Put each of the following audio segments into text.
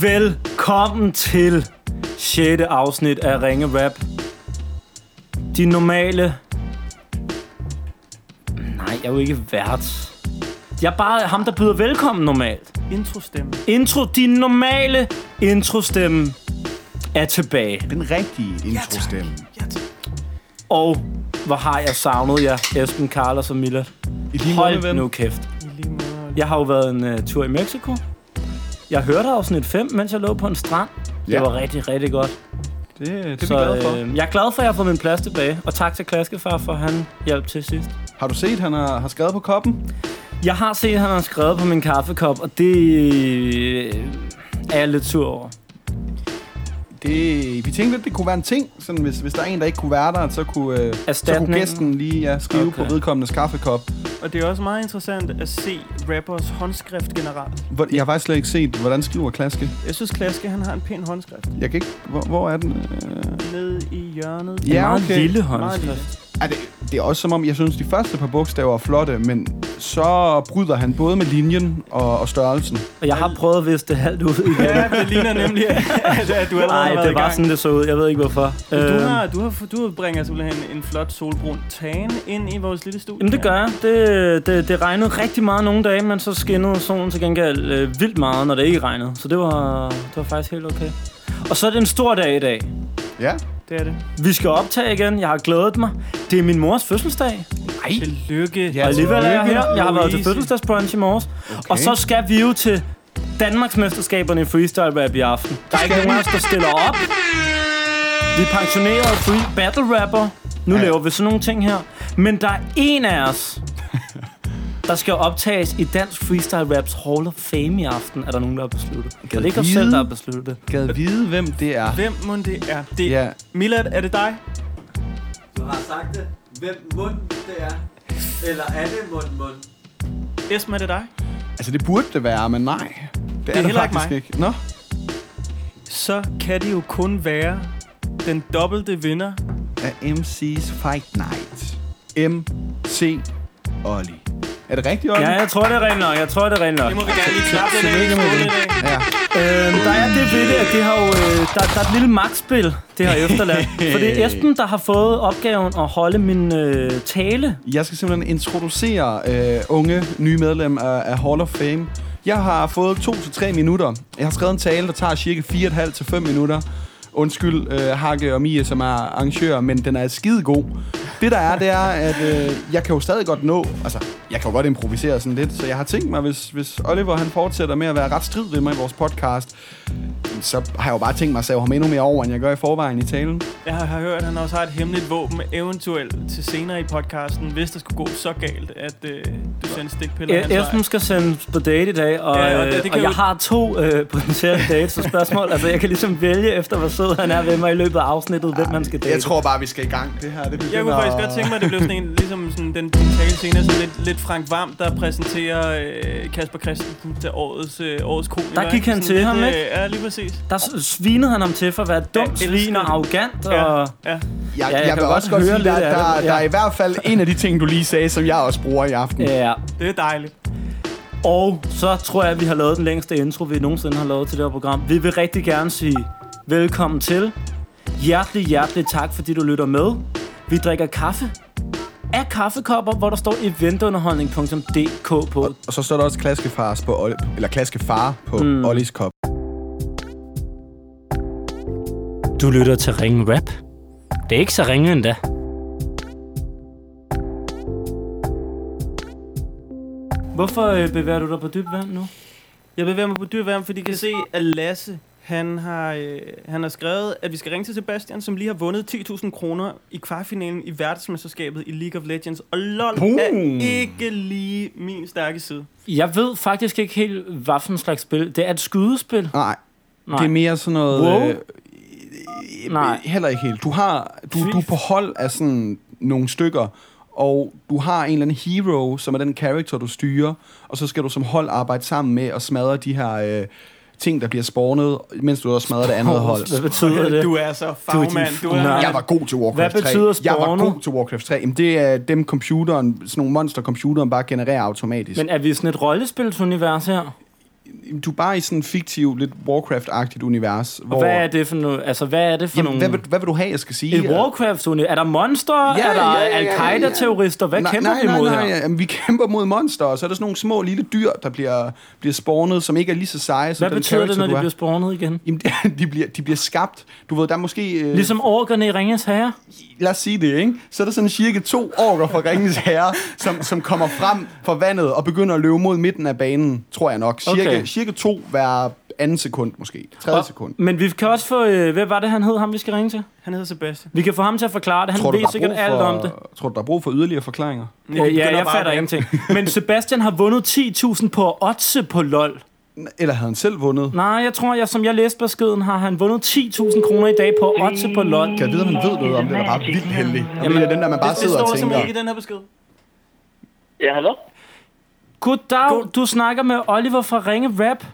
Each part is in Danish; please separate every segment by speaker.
Speaker 1: Velkommen til 6. afsnit af Ringe Rap. De normale... Nej, jeg er jo ikke vært. Jeg er bare ham, der byder velkommen normalt.
Speaker 2: Introstemme.
Speaker 1: Intro, din normale introstemme er tilbage.
Speaker 3: Den rigtige introstemme.
Speaker 1: Og hvor har jeg savnet jer, Esben, Carlos og Miller.
Speaker 3: I lige måde,
Speaker 1: Hold
Speaker 3: ven.
Speaker 1: nu kæft. Jeg har jo været en uh, tur i Mexico. Jeg hørte afsnit 5, mens jeg lå på en strand. Ja.
Speaker 3: Ja.
Speaker 1: Det var rigtig, rigtig godt.
Speaker 2: Det, det er
Speaker 1: Så
Speaker 2: vi glade for.
Speaker 1: øh, jeg er glad for, at jeg har fået min plads tilbage. Og tak til Klaskefar, for at han hjalp til sidst.
Speaker 3: Har du set, han har, har skrevet på koppen?
Speaker 1: Jeg har set, at han har skrevet på min kaffekop, og det øh, er jeg lidt sur over.
Speaker 3: Det, vi tænkte, at det kunne være en ting. Sådan, hvis, hvis der er en, der ikke kunne være der, så kunne, øh, så kunne
Speaker 1: Erstatningen.
Speaker 3: gæsten lige ja, skrive
Speaker 1: Okay.
Speaker 3: okay. på vedkommendes kaffekop.
Speaker 2: Og det er også meget interessant at se rappers håndskrift generelt.
Speaker 3: Hvor, jeg har faktisk slet ikke set, hvordan skriver Klaske.
Speaker 2: Jeg synes, Klaske, han har en pæn håndskrift.
Speaker 3: Jeg kan ikke... Hvor, hvor er den? Øh,
Speaker 2: Nede i hjørnet.
Speaker 1: En
Speaker 3: Ja,
Speaker 1: meget
Speaker 3: okay.
Speaker 1: lille
Speaker 2: Meget lille.
Speaker 1: håndskrift.
Speaker 3: er det, det er også som om, jeg synes, de første par bogstaver er flotte, men så bryder han både med linjen og, og størrelsen.
Speaker 1: Og jeg har prøvet at viste det halvt ud igen.
Speaker 2: Ja, det ligner nemlig, at, at du allerede har
Speaker 1: Nej,
Speaker 2: været i
Speaker 1: det var
Speaker 2: gang.
Speaker 1: sådan, det så ud. Jeg ved ikke, hvorfor.
Speaker 2: Men
Speaker 1: Øhm,
Speaker 2: Du, har, du, har, du bringer simpelthen en flot solbrun tan ind i vores lille studie.
Speaker 1: Jamen det gør jeg. Det, det, det regnede rigtig meget nogle dage, men så skinnede solen til gengæld øh, vildt meget, når det ikke regnede. Så det var, det var faktisk helt okay. Og så er det en stor dag i dag.
Speaker 3: Ja.
Speaker 2: Det er det.
Speaker 1: Vi skal optage igen. Jeg har glædet mig. Det er min mors fødselsdag.
Speaker 3: Ej.
Speaker 2: Tillykke.
Speaker 3: Ja,
Speaker 1: Og alligevel er jeg
Speaker 3: tillykke,
Speaker 1: her. Jeg har været til
Speaker 2: Louise.
Speaker 1: fødselsdagsbrunch i morges. Okay. Og så skal vi jo til Danmarksmesterskaberne i freestyle rap i aften. Der er ikke nogen af os, der stiller op. Vi er pensionerede free battle rapper. Nu
Speaker 3: Ja.
Speaker 1: laver vi sådan nogle ting her. Men der er en af os, der skal optages i Dansk Freestyle Raps Hall of Fame i aften, er der nogen, der har besluttet. Og det er ikke os
Speaker 3: vide?
Speaker 1: selv, der har besluttet det.
Speaker 3: Gad vide, hvem det er.
Speaker 2: Hvem må det er? Det er
Speaker 3: Ja.
Speaker 2: Milad, er det dig?
Speaker 4: Du har sagt det. Hvem mund det er? Eller er det mund mund?
Speaker 2: Esben, er det dig?
Speaker 3: Altså, det burde det være, men nej. Det er, det,
Speaker 2: er heller ikke
Speaker 3: faktisk
Speaker 2: mig.
Speaker 3: ikke. Nå,
Speaker 2: Så kan det jo kun være den dobbelte vinder.
Speaker 3: af MC's Fight Night. MC Olli. Er det rigtigt, Olli?
Speaker 1: Ja, jeg tror, det er rent nok. Jeg tror, det er rent nok.
Speaker 2: Det må vi gerne lige klappe den af. i
Speaker 3: Tillykke med
Speaker 2: skolen
Speaker 3: det.
Speaker 2: i dag.
Speaker 3: Ja.
Speaker 1: Øhm, der er det ved det, at det har jo, øh, der, der er et lille magtspil, det har efterladt. For det er Esben, der har fået opgaven at holde min øh, tale.
Speaker 3: Jeg skal simpelthen introducere øh, unge, nye medlem af, af Hall of Fame. Jeg har fået 2-3 minutter. Jeg har skrevet en tale, der tager cirka 4,5-5 minutter. Undskyld, øh, Hakke og Mia, som er arrangører, men den er skide god. Det der er, det er, at øh, jeg kan jo stadig godt nå... Altså, jeg kan jo godt improvisere sådan lidt, så jeg har tænkt mig, hvis, hvis Oliver han fortsætter med at være ret strid ved mig i vores podcast, så har jeg jo bare tænkt mig at save ham endnu mere over, end jeg gør i forvejen i talen.
Speaker 2: Jeg har har hørt, at han også har et hemmeligt våben, eventuelt til senere i podcasten, hvis det skulle gå så galt, at øh, du sendte stikpiller
Speaker 1: Øh,
Speaker 2: hans vej.
Speaker 1: Esben skal sendes på date i dag, og,
Speaker 2: Ja, og
Speaker 1: ja,
Speaker 2: det-
Speaker 1: det,
Speaker 2: det
Speaker 1: det
Speaker 2: kan
Speaker 1: og
Speaker 2: jo-
Speaker 1: jeg har to øh, potentielle dates og spørgsmål. altså, jeg kan ligesom vælge efter, hvor sød han er ved mig i løbet af afsnittet, hvem man skal date.
Speaker 3: Jeg tror bare, vi skal i gang. Det her, det begynder...
Speaker 2: Jeg kunne faktisk godt tænke mig, at det blev sådan en, ligesom sådan den den tale senere, sådan lidt, lidt Frank Vam, der præsenterer øh, Kasper Christensen til årets, øh, årets komiker.
Speaker 1: Der gik han
Speaker 2: Sådan
Speaker 1: til
Speaker 2: lidt,
Speaker 1: ham,
Speaker 2: øh,
Speaker 1: ikke?
Speaker 2: Ja, lige præcis.
Speaker 1: Der s- svinede han ham til for at være et dumt
Speaker 2: Jeg elsker
Speaker 1: svin og
Speaker 2: det.
Speaker 1: arrogant.
Speaker 2: Ja,
Speaker 1: Og,
Speaker 2: ja.
Speaker 3: Jeg, ja,
Speaker 1: Ja,
Speaker 3: jeg,
Speaker 1: jeg kan
Speaker 3: jeg vil
Speaker 1: godt
Speaker 3: også godt
Speaker 1: høre
Speaker 3: sige, der,
Speaker 1: lidt af
Speaker 3: der,
Speaker 1: det, ja.
Speaker 3: der er i hvert fald en af de ting, du lige sagde, som jeg også bruger i aften.
Speaker 1: ja.
Speaker 2: Det er dejligt.
Speaker 1: og så tror jeg, at vi har lavet den længste intro, vi nogensinde har lavet til det her program. Vi vil rigtig gerne sige velkommen til. Hjertelig, hjertelig tak, fordi du lytter med. Vi drikker kaffe af kaffekopper, hvor der står eventunderholdning.dk på.
Speaker 3: Og så står der også klaskefars på Olle, eller klaskefar på mm. Ollis kop.
Speaker 1: Du lytter til Ringe Rap. Det er ikke så ringe endda. Hvorfor øh, bevæger du dig på dybt vand nu?
Speaker 2: Jeg bevæger mig på dyrværm, fordi jeg kan se, at Lasse, han har, øh, han har skrevet, at vi skal ringe til Sebastian, som lige har vundet 10.000 kroner i kvartfinalen i verdensmesterskabet i League of Legends. Og LOL er
Speaker 3: Boom.
Speaker 2: ikke lige min stærke side.
Speaker 1: Jeg ved faktisk ikke helt, hvad for en slags spil. Det er et skydespil.
Speaker 3: Nej,
Speaker 1: Nej.
Speaker 3: det er mere sådan noget...
Speaker 1: Wow.
Speaker 3: øh,
Speaker 1: Nej.
Speaker 3: Heller ikke helt. Du, har, du,
Speaker 1: Fy-
Speaker 3: du er på hold af sådan nogle stykker, og du har en eller anden hero, som er den karakter, du styrer, og så skal du som hold arbejde sammen med og smadre de her øh, ting, der bliver spawnet, mens du også smadrer det andet hold.
Speaker 1: Hvad betyder det?
Speaker 2: Du er så fagmand. Du er,
Speaker 1: Nej.
Speaker 3: Jeg var god til Warcraft 3.
Speaker 1: Hvad betyder
Speaker 3: Jeg var
Speaker 1: spawner?
Speaker 3: god til Warcraft 3. Jamen, det er dem computeren, sådan nogle monster computeren bare genererer automatisk.
Speaker 1: Men er vi i sådan et rollespilsunivers her?
Speaker 3: du er bare i sådan en fiktiv, lidt Warcraft-agtigt univers.
Speaker 1: Og hvad er det for nogle... Altså, hvad er det for
Speaker 3: jamen,
Speaker 1: nogle...
Speaker 3: hvad, vil, hvad vil du have, jeg skal sige?
Speaker 1: Et warcraft -univers? Er der monster? Ja, er der
Speaker 3: ja, ja, ja, ja.
Speaker 1: al-Qaida-terrorister? Hvad
Speaker 3: nej,
Speaker 1: kæmper
Speaker 3: nej,
Speaker 1: vi imod
Speaker 3: nej, nej,
Speaker 1: her?
Speaker 3: ja, Jamen, vi kæmper mod monster, og så er der sådan nogle små lille dyr, der bliver, bliver spawnet, som ikke er lige så seje som
Speaker 1: Hvad
Speaker 3: den
Speaker 1: betyder det,
Speaker 3: character,
Speaker 1: når de
Speaker 3: du er.
Speaker 1: bliver spawnet igen?
Speaker 3: Jamen, de bliver, de bliver skabt. Du ved, der er måske... Øh,
Speaker 1: Ligesom orkerne i Ringens Herre?
Speaker 3: lad os sige det, ikke? Så er der sådan cirka to orker fra Ringens Herre, som, som kommer frem fra vandet og begynder at løbe mod midten af banen, tror jeg nok. Cirka,
Speaker 1: Okay.
Speaker 3: okay. cirka to hver anden sekund måske. Tredje
Speaker 1: Og-
Speaker 3: sekund.
Speaker 1: Men vi kan også få... Øh, hvad var det, han hed, ham vi skal ringe til?
Speaker 2: Han hedder Sebastian.
Speaker 1: Vi kan få ham til at forklare det. Han
Speaker 3: Tror du,
Speaker 1: ved
Speaker 3: der er
Speaker 1: sikkert
Speaker 3: brug
Speaker 1: alt
Speaker 3: for,
Speaker 1: om det.
Speaker 3: Tror du, der er brug for yderligere forklaringer?
Speaker 1: Øh,
Speaker 2: vi
Speaker 1: ja,
Speaker 2: begynder
Speaker 1: jeg
Speaker 2: bare
Speaker 1: fatter
Speaker 2: at-
Speaker 1: ingenting. Men Sebastian har vundet 10.000 på Otse på LOL.
Speaker 3: Eller havde han selv vundet?
Speaker 1: Nej, jeg tror, jeg, som jeg læste beskeden, har han vundet 10.000 kroner i dag på Otse på LOL.
Speaker 3: Kan jeg vide, om han ved noget om det, eller bare vildt heldig? Jamen,
Speaker 1: Jamen,
Speaker 3: det er den der, man bare
Speaker 2: Det, det
Speaker 3: sidder
Speaker 2: står
Speaker 3: og tænker.
Speaker 2: simpelthen ikke i den her besked.
Speaker 5: Ja, hallo?
Speaker 1: Goddag,
Speaker 2: God-
Speaker 1: du snakker med Oliver fra Ringe Rap.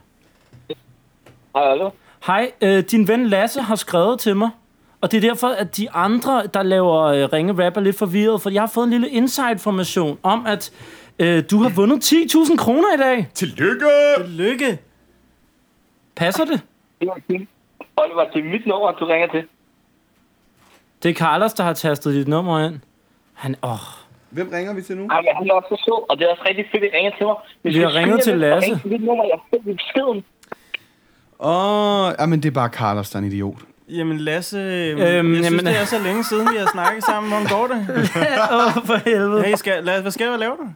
Speaker 5: Hej, hallo?
Speaker 1: Hej, øh, din ven Lasse har skrevet til mig. Og det er derfor, at de andre, der laver øh, Ringe Rap, er lidt forvirret, for jeg har fået en lille inside-information om, at øh, du har vundet 10.000 kroner i dag.
Speaker 3: Tillykke!
Speaker 2: Lykke.
Speaker 1: Passer det?
Speaker 5: Det var Kim. Oliver, det er mit nummer, du ringer til.
Speaker 1: Det er Carlos, der har tastet dit nummer ind. Han, åh,
Speaker 3: Hvem ringer vi til nu?
Speaker 5: Ej, men han er også så sød, og det er også rigtig fedt, at I ringer til mig. Hvis
Speaker 1: Vi har
Speaker 5: I skriver
Speaker 1: ringet til
Speaker 5: lidt og
Speaker 1: Lasse.
Speaker 5: ringer til mit nummer, jeg fik i beskeden.
Speaker 3: Åh, oh, jamen det er bare Carlos, der er en idiot.
Speaker 2: Jamen Lasse, øhm, jeg
Speaker 1: Øhm,
Speaker 2: synes,
Speaker 1: jamen-
Speaker 2: det er så længe siden, vi har snakket sammen. Hvordan går det?
Speaker 1: åh for helvede.
Speaker 2: Hey, skal, Lasse, hvad skal jeg lave dig?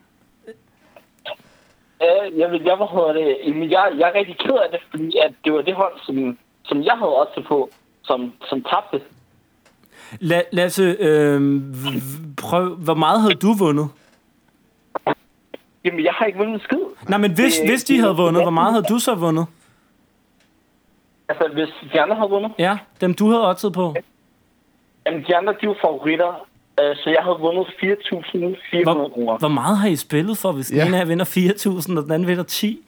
Speaker 5: Øh, jeg, ved, jeg, hvad hedder det, Jamen, jeg, jeg er rigtig ked af det, fordi at det var det hold, som, som jeg havde også på, som, som tabte.
Speaker 1: La- Lasse, øh, v- v- prøv, hvor meget havde du vundet?
Speaker 5: Jamen, jeg har ikke vundet en skid.
Speaker 1: Nej, men hvis,
Speaker 5: Øh,
Speaker 1: hvis de havde vundet, hvor meget havde du så vundet?
Speaker 5: Altså, hvis de andre havde vundet.
Speaker 1: Ja, dem du havde oddset på.
Speaker 5: Jamen, de andre, de var favoritter. Øh, så jeg havde vundet 4.400
Speaker 1: Hvor,
Speaker 5: kroner.
Speaker 1: hvor meget har I spillet for, hvis den
Speaker 3: Ja.
Speaker 1: ene her vinder 4.000, og den anden vinder 10?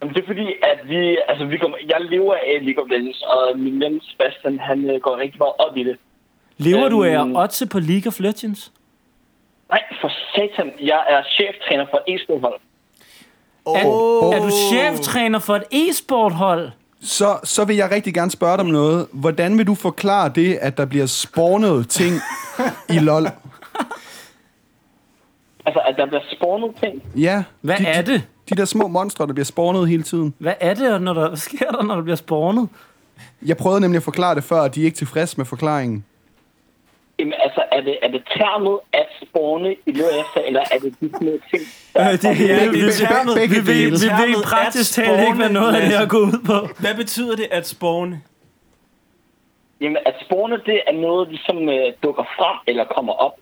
Speaker 5: Jamen, det er fordi, at vi, altså, vi kommer, jeg lever af League of Legends, og min ven Sebastian, han øh, går rigtig meget op i det.
Speaker 1: Lever du af at
Speaker 5: Øhm.
Speaker 1: oddse på League of Legends?
Speaker 5: Nej, for satan, jeg er cheftræner for et e-sporthold.
Speaker 1: Er, oh. er du cheftræner for et e-sporthold?
Speaker 3: Så, så vil jeg rigtig gerne spørge dig om noget. Hvordan vil du forklare det, at der bliver spawnet ting i LOL?
Speaker 5: Altså, at der bliver spawnet ting.
Speaker 3: Ja.
Speaker 1: Hvad
Speaker 3: de,
Speaker 1: er det?
Speaker 3: De, de der små monstre, der bliver spawnet hele tiden.
Speaker 1: Hvad er det, når der, hvad sker der, når der bliver spawnet?
Speaker 3: Jeg prøvede nemlig at forklare det før, og de er ikke tilfredse med forklaringen.
Speaker 5: Jamen, altså, er det, er det termet at spawne i løbet efter, eller er det de små ting?
Speaker 1: Øh, det, ja, vi,
Speaker 2: det
Speaker 1: vi,
Speaker 2: er
Speaker 3: termet.
Speaker 1: vi, vi, vi, vi ved
Speaker 2: Termet
Speaker 1: praktisk
Speaker 2: at
Speaker 1: talt ikke, hvad
Speaker 2: spawne,
Speaker 1: noget af det
Speaker 2: Lasse.
Speaker 1: her går ud på.
Speaker 2: Hvad betyder det at spawne?
Speaker 5: Jamen, at spawne, det er noget, ligesom øh, dukker frem eller kommer op.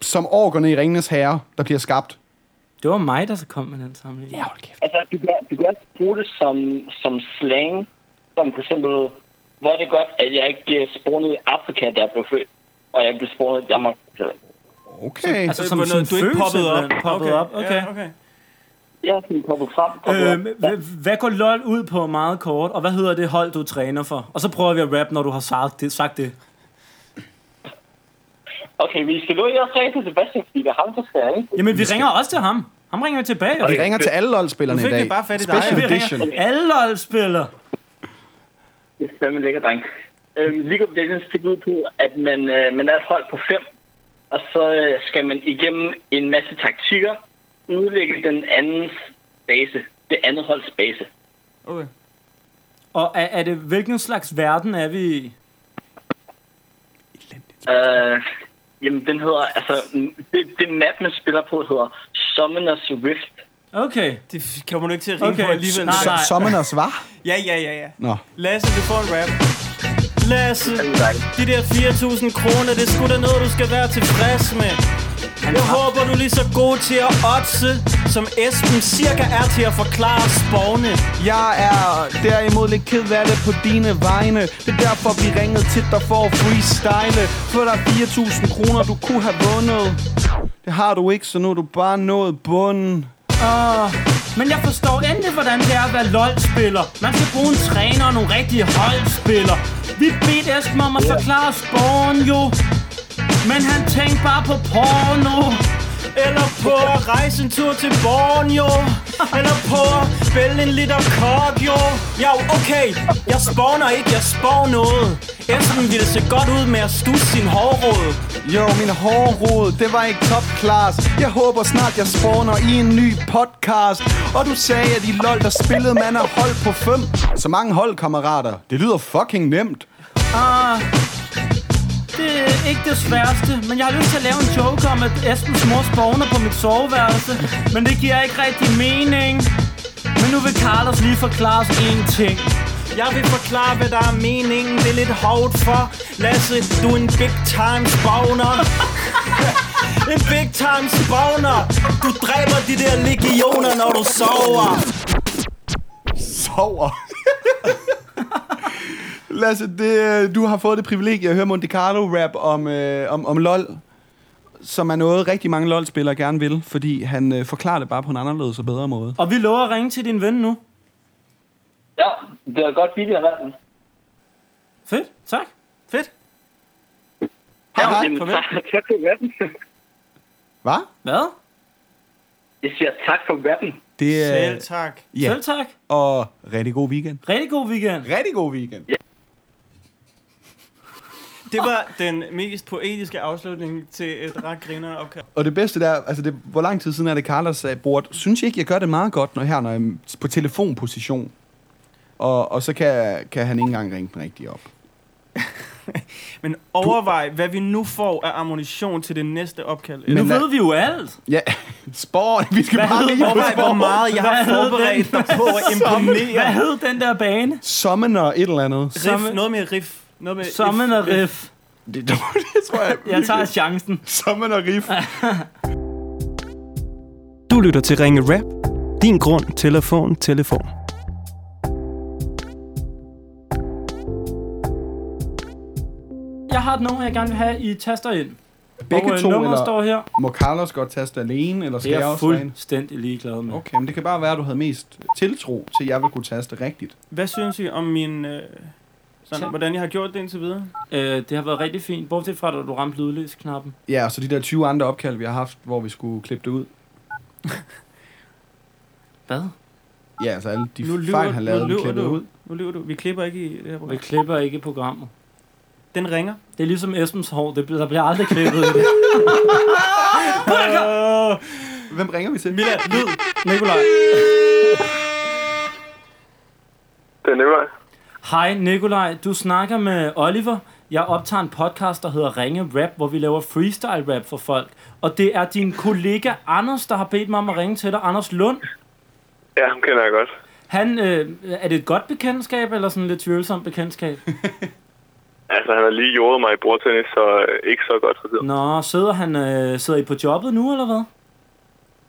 Speaker 3: Som orkerne i Ringenes Herre, der bliver skabt.
Speaker 1: Det var mig, der så kom med den sammenligning. Ja,
Speaker 5: Altså, du kan, du kan også bruge det som, som slang, som for eksempel, hvor er det godt, at jeg ikke blev spawnet i Afrika, da jeg blev født, og jeg blev spawnet i Danmark.
Speaker 3: Okay.
Speaker 1: Altså,
Speaker 2: Så
Speaker 1: som
Speaker 2: på
Speaker 1: sådan
Speaker 2: noget, du ikke
Speaker 1: følelse,
Speaker 2: poppet op?
Speaker 1: man poppede op, okay.
Speaker 2: Ja, okay.
Speaker 5: Jeg er sådan kommet frem.
Speaker 1: Øh, hva- hvad går LOL ud på meget kort, og hvad hedder det hold, du træner for? Og så prøver vi at rap, når du har sagt det. Sagt det.
Speaker 5: Okay, vi skal nu ikke også ringe til Sebastian, fordi det er ham, der skal ringe.
Speaker 1: Jamen, vi ringer også til ham. Ham ringer vi tilbage.
Speaker 3: Vi ringer til alle LOL-spillerne
Speaker 2: Nu
Speaker 3: i
Speaker 2: fik
Speaker 3: dag.
Speaker 2: vi bare fat i dig.
Speaker 3: Special
Speaker 1: Vi
Speaker 3: edition.
Speaker 1: ringer alle LOL-spillere.
Speaker 5: Det er fandme lækker, dreng. Øhm, League of Legends gik ud på, at man, øh, man er et hold på fem, og så øh, skal man igennem en masse taktikker udlægge den andens base, det andet holds base.
Speaker 2: okay.
Speaker 1: Og er, er det, hvilken slags verden er vi i?
Speaker 5: Øh, jamen, den hedder, altså, mm, det, det map, man spiller på, hedder Summoners Rift.
Speaker 1: Okay.
Speaker 2: Det kommer du ikke til at ringe
Speaker 1: Okay,
Speaker 2: okay. på alligevel.
Speaker 1: nej, nej.
Speaker 3: Summoners, var?
Speaker 2: Ja, ja, ja, ja.
Speaker 3: Nå.
Speaker 2: Lasse, du får en rap. Lasse,
Speaker 5: dreng.
Speaker 2: de der 4.000 kroner, det er sgu da noget, du skal være tilfreds med. Jeg håber, du er lige så god til at otse, som Esben cirka er til at forklare spåne.
Speaker 3: Jeg er derimod lidt ked af det på dine vegne Det er derfor vi ringede til dig for at freestyle For der er 4.000 kroner du kunne have vundet Det har du ikke, så nu er du bare nået bunden
Speaker 1: Åh, men jeg forstår endelig, hvordan det er at være LOL-spiller. Man skal bruge en træner og nogle rigtige holdspiller. Vi bedte Esben om at forklare sporn jo. Men han tænkte bare på porno.
Speaker 2: Eller på at rejse en tur til Borneo Eller på at spille en liter kok, jo Ja, okay, jeg spawner ikke, jeg spawn noget Esben ville se godt ud med at stusse sin hårråd
Speaker 3: Jo, min hårde rod, det var ikke top class. Jeg håber snart, jeg spawner i en ny podcast. Og du sagde, at i LOL, der spillede man af hold på fem. Så mange holdkammerater. Det lyder fucking nemt.
Speaker 1: Det er Øh, ikke det sværeste, men jeg har lyst til at lave en joke om, at Esbens mor spawner på mit soveværelse. Men det giver ikke rigtig mening. Men nu vil Carlos lige forklare os én ting.
Speaker 2: Jeg vil forklare, hvad der er meningen Det er lidt hårdt for Lasse, du er en big time spawner En big time spawner Du dræber de der legioner, når du sover
Speaker 3: Sover. Lasse, det, øh, du har fået det privilegie at høre Monte Carlo rap om, øh, om, om LOL. Som er noget, rigtig mange LOL-spillere gerne vil. Fordi han øh, forklarer det bare på en anderledes og bedre måde.
Speaker 1: Og vi lover at ringe til din ven nu.
Speaker 5: Ja, det er godt billigere verden.
Speaker 1: Fedt, tak.
Speaker 2: Fedt
Speaker 3: Hej, hej.
Speaker 5: Jamen,
Speaker 1: farvel.
Speaker 5: tak, tak for verden.
Speaker 3: Hvad?
Speaker 1: Hvad?
Speaker 5: Jeg siger tak for verden.
Speaker 3: Det er...
Speaker 2: Selv tak
Speaker 1: Ja.
Speaker 3: Ja.
Speaker 1: Selv tak.
Speaker 3: Og rigtig god weekend.
Speaker 1: Rigtig god weekend.
Speaker 3: Rigtig god weekend.
Speaker 2: Det var den mest poetiske afslutning til et ret grinerende opkald.
Speaker 3: Og det bedste der, altså det, hvor lang tid siden er det, Carlos sagde, Bort, synes jeg ikke, jeg gør det meget godt, når her når jeg er på telefonposition. Og, og så kan, kan han ikke engang ringe den rigtige op.
Speaker 2: Men overvej, hvad vi nu får af ammunition til det næste opkald.
Speaker 1: Nu
Speaker 2: Men,
Speaker 3: Men lad-
Speaker 1: ved vi jo alt.
Speaker 3: Ja, sport, vi skal
Speaker 1: Hvad
Speaker 3: bare
Speaker 1: hed-
Speaker 3: lige
Speaker 2: overvej, hvor meget jeg har
Speaker 1: Hvad hed
Speaker 2: forberedt dig på at
Speaker 1: Hvad
Speaker 2: imponere.
Speaker 1: hed den der bane?
Speaker 3: Summoner et eller andet.
Speaker 2: Riff, noget med riff. Noget med
Speaker 1: Sammen og riff.
Speaker 3: Det, det tror jeg.
Speaker 1: Jeg tager chancen.
Speaker 3: Summoner riff.
Speaker 2: Du lytter til Ringe Rap. Din grund, telefon, telefon.
Speaker 1: Jeg har et nummer, jeg gerne vil have, I taster ind.
Speaker 3: Begge
Speaker 1: og, øh,
Speaker 3: to,
Speaker 1: nummeret
Speaker 3: eller-
Speaker 1: står her.
Speaker 3: Må Carlos godt taste alene, eller
Speaker 1: Det
Speaker 3: skal
Speaker 1: er
Speaker 3: jeg
Speaker 1: jeg
Speaker 3: også fuld.
Speaker 1: fuldstændig ligeglad med.
Speaker 3: Okay, men det kan bare være, at du havde mest tiltro til, at jeg ville kunne taste rigtigt.
Speaker 2: Hvad synes I om min... Øh,
Speaker 1: Tak.
Speaker 2: sådan, hvordan jeg har gjort det indtil videre?
Speaker 1: Øh, det har været rigtig fint, bortset fra, at du ramte lydløsknappen.
Speaker 3: Ja, og så de der 20 andre opkald, vi har haft, hvor vi skulle klippe det ud.
Speaker 1: Hvad?
Speaker 3: Ja, altså alle de
Speaker 2: Nu lyver-
Speaker 3: fejl, han
Speaker 2: nu
Speaker 3: lavede, vi
Speaker 2: lyver
Speaker 3: klippede
Speaker 2: du.
Speaker 3: ud.
Speaker 2: Nu lyver du. Vi klipper ikke i det her
Speaker 1: Vi
Speaker 2: program.
Speaker 1: klipper ikke programmet.
Speaker 2: Den ringer.
Speaker 1: Det er ligesom Esbens hår, det bliver, der bliver aldrig klippet i det.
Speaker 3: Hvem ringer vi til?
Speaker 2: Mila, lyd. Nikolaj.
Speaker 6: Det er Nikolaj.
Speaker 1: Hej Nikolaj, du snakker med Oliver. Jeg optager en podcast, der hedder Ringe Rap, hvor vi laver freestyle rap for folk. Og det er din kollega Anders, der har bedt mig om at ringe til dig. Anders Lund.
Speaker 6: Ja, ham kender jeg godt.
Speaker 1: Han, øh, er det et godt bekendtskab, eller sådan lidt tvivlsomt bekendtskab?
Speaker 6: Altså, han har lige jordet mig i bordtennis, så øh, ikke så godt for tiden.
Speaker 1: Nå, sidder, han, øh, sidder I på jobbet nu, eller hvad?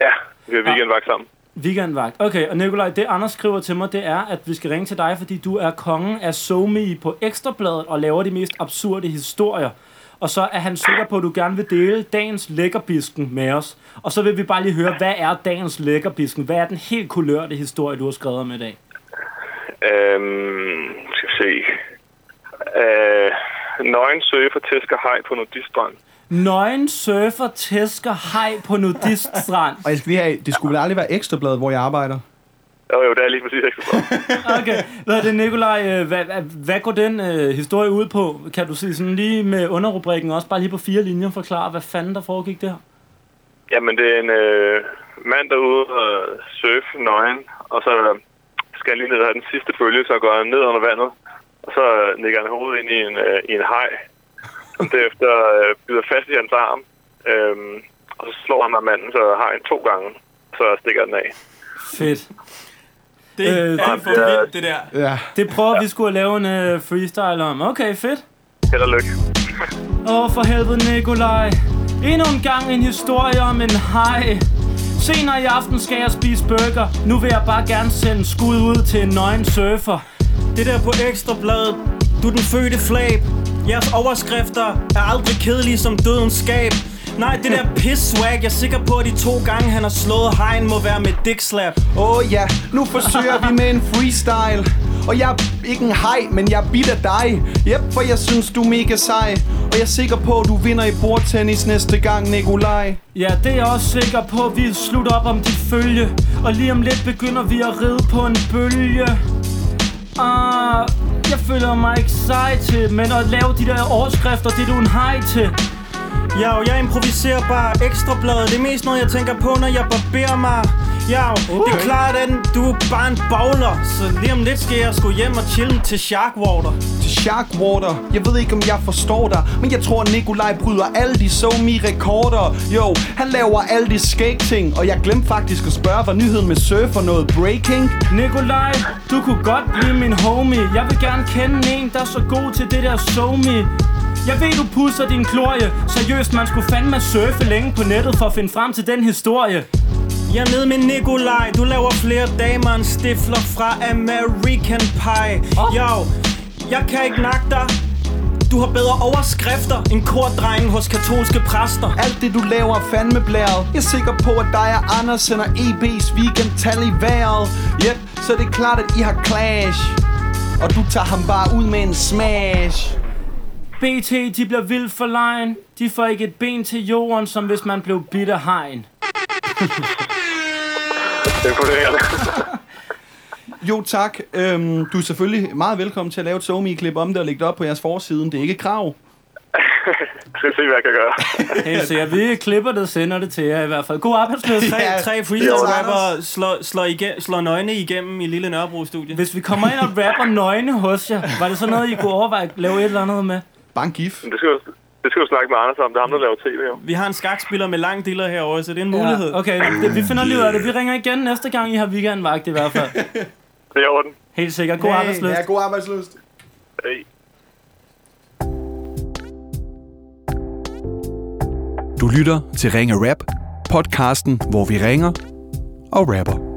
Speaker 6: Ja, vi har weekendvagt sammen.
Speaker 1: Weekendvagt. Okay, og Nikolaj, det Anders skriver til mig, det er, at vi skal ringe til dig, fordi du er kongen af SoMe på Ekstrabladet og laver de mest absurde historier. Og så er han sikker på, at du gerne vil dele dagens lækkerbisken med os. Og så vil vi bare lige høre, hvad er dagens lækkerbisken? Hvad er den helt kulørte historie, du har skrevet om i dag?
Speaker 6: Øhm, skal vi se. Øh, nøgen surfer tæsker hej på nudiststrand.
Speaker 1: Nøgen surfer tæsker hej på nudiststrand.
Speaker 3: Og jeg skal lige have, det skulle vel aldrig være ekstrabladet, hvor jeg arbejder.
Speaker 6: Jo, jo, det er lige præcis ikke så
Speaker 1: Okay, hvad er det, Nikolaj? øh, Hvad, hvad, hvad går den øh, historie ud på? Kan du sige sådan lige med underrubrikken også, bare lige på fire linjer, forklare, hvad fanden der foregik der?
Speaker 6: Jamen, det er en øh, mand derude og øh, surfe nøgen, og så skal han lige ned og have den sidste bølge, så går han ned under vandet, og så øh, lægger han hovedet ind i en, øh, i en hej, som derefter øh, bider fast i hans arm, øh, og så slår han mig manden, så har han to gange, så stikker den af.
Speaker 1: Fedt.
Speaker 2: Det
Speaker 1: Øh,
Speaker 2: er
Speaker 1: det-
Speaker 2: for vildt, det der.
Speaker 3: Ja.
Speaker 1: Det prøver vi skulle at lave en øh, freestyle om. Okay, fedt.
Speaker 6: Held og lykke.
Speaker 1: Åh, for helvede, Nikolaj. Endnu en gang en historie om en hej. Senere i aften skal jeg spise burger. Nu vil jeg bare gerne sende skud ud til en nøgen surfer.
Speaker 2: Det der på ekstrabladet, du er den fødte flab. Jeres overskrifter er aldrig kedelige som dødens skab. Nej, det der piss swag, jeg er sikker på, at de to gange, han har slået hegn, må være med dick slap.
Speaker 3: Åh oh, ja, nu forsøger vi med en freestyle. Og jeg er ikke en hej, men jeg er bit af dig Yep, for jeg synes du er mega sej Og jeg er sikker på, at du vinder i bordtennis næste gang, Nikolaj
Speaker 1: Ja, det er jeg også sikker på, vi slutter op om dit følge Og lige om lidt begynder vi at ride på en bølge Ah, jeg føler mig ikke sej til Men at lave de der overskrifter, det er du en hej til
Speaker 2: Ja, og jeg improviserer bare ekstrabladet. Det er mest noget, jeg tænker på, når jeg barberer mig. Ja, okay. det er klart, at du er bare en bowler. Så lige om lidt skal jeg sgu hjem og chille til Sharkwater.
Speaker 3: til Sharkwater Jeg ved ikke om jeg forstår dig Men jeg tror Nikolaj bryder alle de somi rekorder Jo, han laver alle de skating Og jeg glemte faktisk at spørge, var nyheden med surfer noget breaking?
Speaker 1: Nikolaj, du kunne godt blive min homie Jeg vil gerne kende en, der er så god til det der somi jeg ved, du pusser din glorie Seriøst, man skulle fandme surfe længe på nettet For at finde frem til den historie
Speaker 2: Jeg er nede med Nikolaj. Du laver flere damer end stifler fra American Pie. Oh. Jo, jeg kan ikke nakke dig. Du har bedre overskrifter end kordrengen hos katolske præster.
Speaker 3: Alt det du laver er fandme blæret Jeg er sikker på at dig og Anders sender E EB's weekendtal i vejret Yep, så det er klart at I har clash Og du tager ham bare ud med en smash
Speaker 1: BT, de bliver vildt for lejen. De får ikke et ben til jorden, som hvis man blev bitter hegn.
Speaker 6: Imponerende.
Speaker 3: Jo tak, øhm, du er selvfølgelig meget velkommen til at lave et somi-klip om det og lægge det op på jeres forside. Det er ikke et krav
Speaker 6: Jeg skal se, hvad jeg kan gøre.
Speaker 1: Helt sikkert. Vi klipper det og sender det til jer i hvert fald. God arbejdsløshed.
Speaker 2: Tre,
Speaker 3: Ja,
Speaker 2: tre
Speaker 3: det
Speaker 2: freestyle
Speaker 3: er
Speaker 2: rapper slår, slår, igen, slår nøgne igennem i Lille Nørrebro-studie.
Speaker 1: Hvis vi kommer ind og rapper nøgne hos jer, var det så noget, I kunne overveje at lave et eller andet med?
Speaker 3: Bare en gif.
Speaker 6: Men Det skal, du- det skal du snakke med Anders om. Det er ham, der laver tv, jo.
Speaker 2: Vi har en skakspiller med lang diller herovre, så det er en mulighed.
Speaker 1: Ja, okay, det, vi finder lige ud af det. Vi ringer igen næste gang, I har weekendvagt i hvert fald.
Speaker 6: Det er i orden.
Speaker 1: Helt sikkert. God
Speaker 2: Hey,
Speaker 1: arbejdsløshed.
Speaker 3: god arbejdsløst.
Speaker 6: Hey.
Speaker 7: Du lytter til Ringe Rap, podcasten, hvor vi ringer og rapper.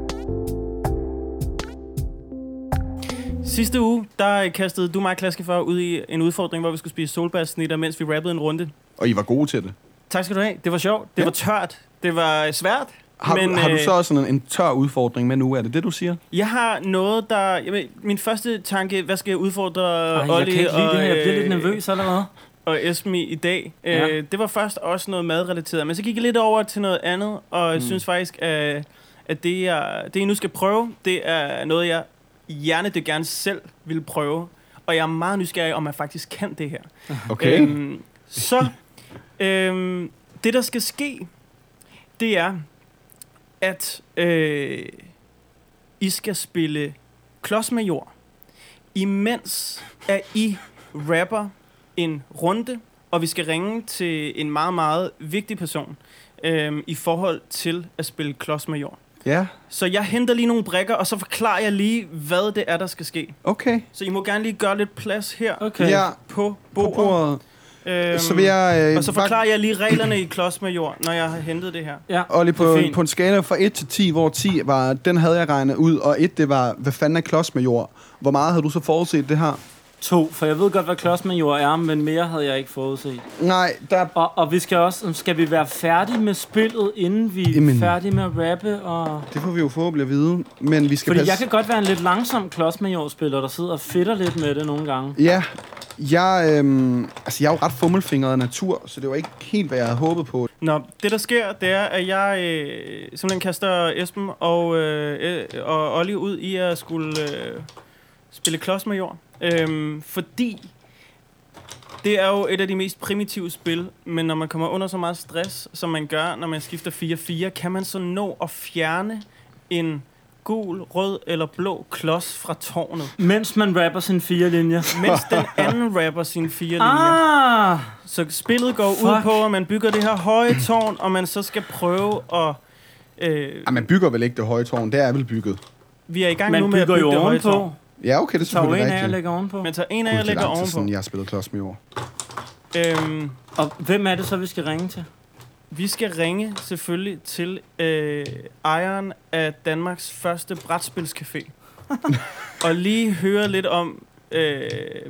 Speaker 2: Sidste uge, der øh, kastede du mig klaske for ud i en udfordring, hvor vi skulle spise solbærsnitter, mens vi rappede en runde.
Speaker 3: Og I var gode til det.
Speaker 2: Tak skal du have. Det var sjovt. Det var tørt. Det var svært.
Speaker 3: Har, Men,
Speaker 2: men,
Speaker 3: har du
Speaker 2: øh,
Speaker 3: så også sådan en, en tør udfordring med nu? Er det det, du siger?
Speaker 2: Jeg har noget, der... Jeg ved, min første tanke, hvad skal jeg udfordre
Speaker 1: Ej, jeg kan
Speaker 2: Olli
Speaker 1: ikke lide
Speaker 2: og,
Speaker 1: det her. Jeg bliver lidt
Speaker 2: øh,
Speaker 1: nervøs allerede.
Speaker 2: og Esmi i dag.
Speaker 1: Ja.
Speaker 2: Ja. Øh, det var først også noget madrelateret, men så gik jeg lidt over til noget andet, og
Speaker 1: Hmm.
Speaker 2: jeg synes faktisk, øh, at det, jeg, det, jeg nu skal prøve, det er noget, jeg hjernedødt gerne selv vil prøve. Og jeg er meget nysgerrig, om man faktisk kan det her. Øhm, så øhm, det, der skal ske, det er, at øh, I skal spille klodsmajor, imens at I rapper en runde, og vi skal ringe til en meget, meget vigtig person øhm, i forhold til at spille klodsmajor.
Speaker 3: Ja,
Speaker 2: Så jeg henter lige nogle brækker, og så forklarer jeg lige, hvad det er, der skal ske.
Speaker 3: okay.
Speaker 2: Så I må gerne lige gøre lidt plads her
Speaker 1: Okay.
Speaker 3: okay. Ja,
Speaker 2: på
Speaker 3: Øh, på
Speaker 2: bordet.
Speaker 3: bordet.
Speaker 2: Øhm,
Speaker 3: Så vil jeg... Øh,
Speaker 2: og så forklarer jeg lige reglerne i klodsmajor, når jeg har hentet det her.
Speaker 1: Ja,
Speaker 3: Olli, på,
Speaker 1: det er fint.
Speaker 3: på en skala fra 1 til 10, hvor 10 var, den havde jeg regnet ud, og 1 det var, hvad fanden er klodsmajor? Hvor meget havde du så forudset det her?
Speaker 1: To, for jeg ved godt, hvad klodsmajor er, men mere havde jeg ikke forudset.
Speaker 3: Nej, der...
Speaker 1: Og, og vi skal også, skal vi være færdige med spillet, inden vi
Speaker 3: Jamen.
Speaker 1: er færdige med at rappe? Og...
Speaker 3: Det får vi jo forhåbentlig at vide, men vi skal
Speaker 1: Fordi
Speaker 3: passe...
Speaker 1: jeg kan godt være en lidt langsom klodsmajorspiller, der sidder og fedter lidt med det nogle gange.
Speaker 3: Ja, jeg, øhm, altså, jeg er jo ret fummelfingret af natur, så det var ikke helt, hvad jeg havde håbet på.
Speaker 2: Nå, det der sker, det er, at jeg øh, simpelthen kaster Esben og, øh, øh, og Olli ud i at skulle øh, spille klodsmajor. Øhm, fordi det er jo et af de mest primitive spil, men når man kommer under så meget stress, som man gør, når man skifter 4-4, kan man så nå at fjerne en gul, rød eller blå klods fra tårnet,
Speaker 1: Mens man rapper sin fire linjer.
Speaker 2: mens den anden rapper sine fire linjer.
Speaker 1: Ah!
Speaker 2: Så spillet går Fuck. ud
Speaker 1: Fuck.
Speaker 2: på, at man bygger det her høje tårn, og man så skal prøve at... Øh,
Speaker 3: Ej, man bygger vel ikke det høje tårn, det er vel bygget.
Speaker 2: vi er i gang nu
Speaker 1: Man
Speaker 2: med at
Speaker 1: bygger
Speaker 2: bygge
Speaker 1: jo
Speaker 2: det høje tårn.
Speaker 1: ovenpå.
Speaker 3: Ja, okay, det er
Speaker 1: Tager jo
Speaker 3: selvfølgelig
Speaker 1: en af og
Speaker 3: rigtigt.
Speaker 1: lægger ovenpå.
Speaker 2: Man tager en af
Speaker 3: Gud,
Speaker 2: jer
Speaker 3: det er
Speaker 2: lægger
Speaker 3: lang tid
Speaker 2: ovenpå.
Speaker 3: siden, jeg har spillet klodsmajor.
Speaker 2: Øhm,
Speaker 1: Og hvem er det så, vi skal ringe til?
Speaker 2: vi skal ringe selvfølgelig til øh, ejeren af Danmarks første brætspilscafé. og lige høre lidt om øh,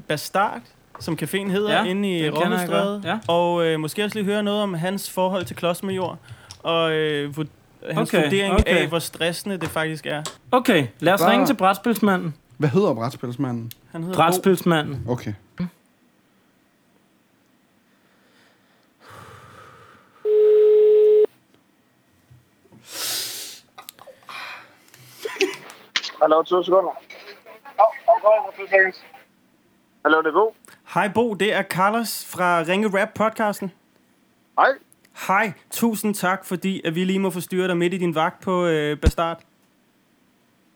Speaker 2: Bastard, som caféen hedder,
Speaker 1: Ja,
Speaker 2: ja, inde i
Speaker 1: den kender jeg
Speaker 2: Rommestræde.
Speaker 1: godt, ja.
Speaker 2: Og øh, måske også lige høre noget om hans forhold til klodsmajor. Og øh, vur- hans
Speaker 1: Okay,
Speaker 2: vurdering
Speaker 1: okay.
Speaker 2: af, hvor stressende det faktisk er.
Speaker 1: Okay, lad os
Speaker 3: Bare-
Speaker 1: ringe til brætspilsmanden.
Speaker 3: Hvad hedder brætspilsmanden?
Speaker 2: Han hedder Bo.
Speaker 1: Brætspilsmanden.
Speaker 3: Okay.
Speaker 8: Hallo, 20 sekunder. Hallo, det er Bo.
Speaker 2: Hej Bo, det er Carlos fra Ringe Rap podcasten.
Speaker 8: Hej.
Speaker 2: Hej, tusind tak, fordi at vi lige må forstyrre dig midt i din vagt på øh, Bastard.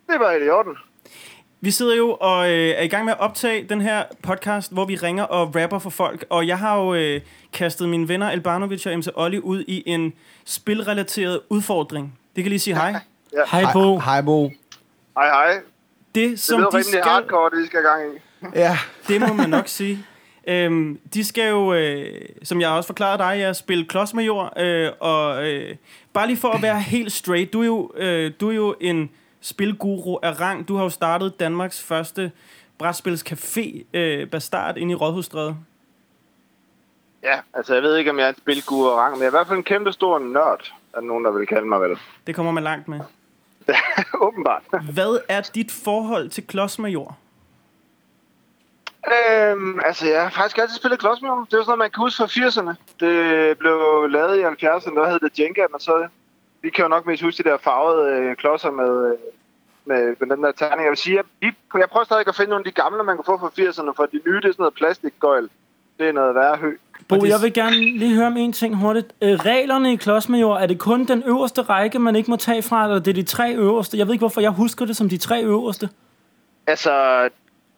Speaker 8: Det var helt i orden.
Speaker 2: Vi sidder jo og øh, er i gang med at optage den her podcast, hvor vi ringer og rapper for folk. Og jeg har jo øh, kastet mine venner Elbanovic og MC Olli ud i en spilrelateret udfordring. Det kan lige sige hej.
Speaker 1: Hej Bo.
Speaker 3: Hej, Bo.
Speaker 8: Hej, hej. Det
Speaker 2: Det, som
Speaker 8: lyder
Speaker 2: de
Speaker 8: rimelig
Speaker 2: skal...
Speaker 8: hardcore, det I skal i gang i.
Speaker 3: Ja.
Speaker 2: Det må man nok sige. Øhm, de skal jo, øh, som jeg også forklarede dig, jeg spille klodsmajor, øh, og øh, bare lige for at være helt straight, du er jo, øh, du er jo en spilguru af rang. Du har jo startet Danmarks første brætspilscafé, øh, Bastard, inde i Rådhusstræde.
Speaker 8: Ja, altså jeg ved ikke, om jeg er en spilgud og rang, men jeg er i hvert fald en kæmpe stor nørd, er der nogen, der vil kalde mig vel.
Speaker 2: Det kommer man langt med.
Speaker 8: Åbenbart.
Speaker 2: Hvad er dit forhold til klodsmajor?
Speaker 8: Øhm, altså, jeg har faktisk altid spillet klods med Det er jo sådan noget, man kan huske fra 80'erne. Det blev lavet i 70'erne, der hed det Jenga, men så... Vi kan jo nok mest huske de der farvede øh, klodser med, øh, med, med den der terning. Jeg vil sige, jeg, de- jeg prøver stadig at finde nogle af de gamle, man kunne få fra 80'erne, for de nye, det er sådan noget plastikgøjl. Det er noget værre hø.
Speaker 1: Bo,
Speaker 2: det-
Speaker 1: jeg vil gerne lige høre om en ting hurtigt. Øh, reglerne i Klodsmajor, er det kun den øverste række, man ikke må tage fra, eller det er de tre øverste? Jeg ved ikke, hvorfor jeg husker det som de tre øverste.
Speaker 8: Altså,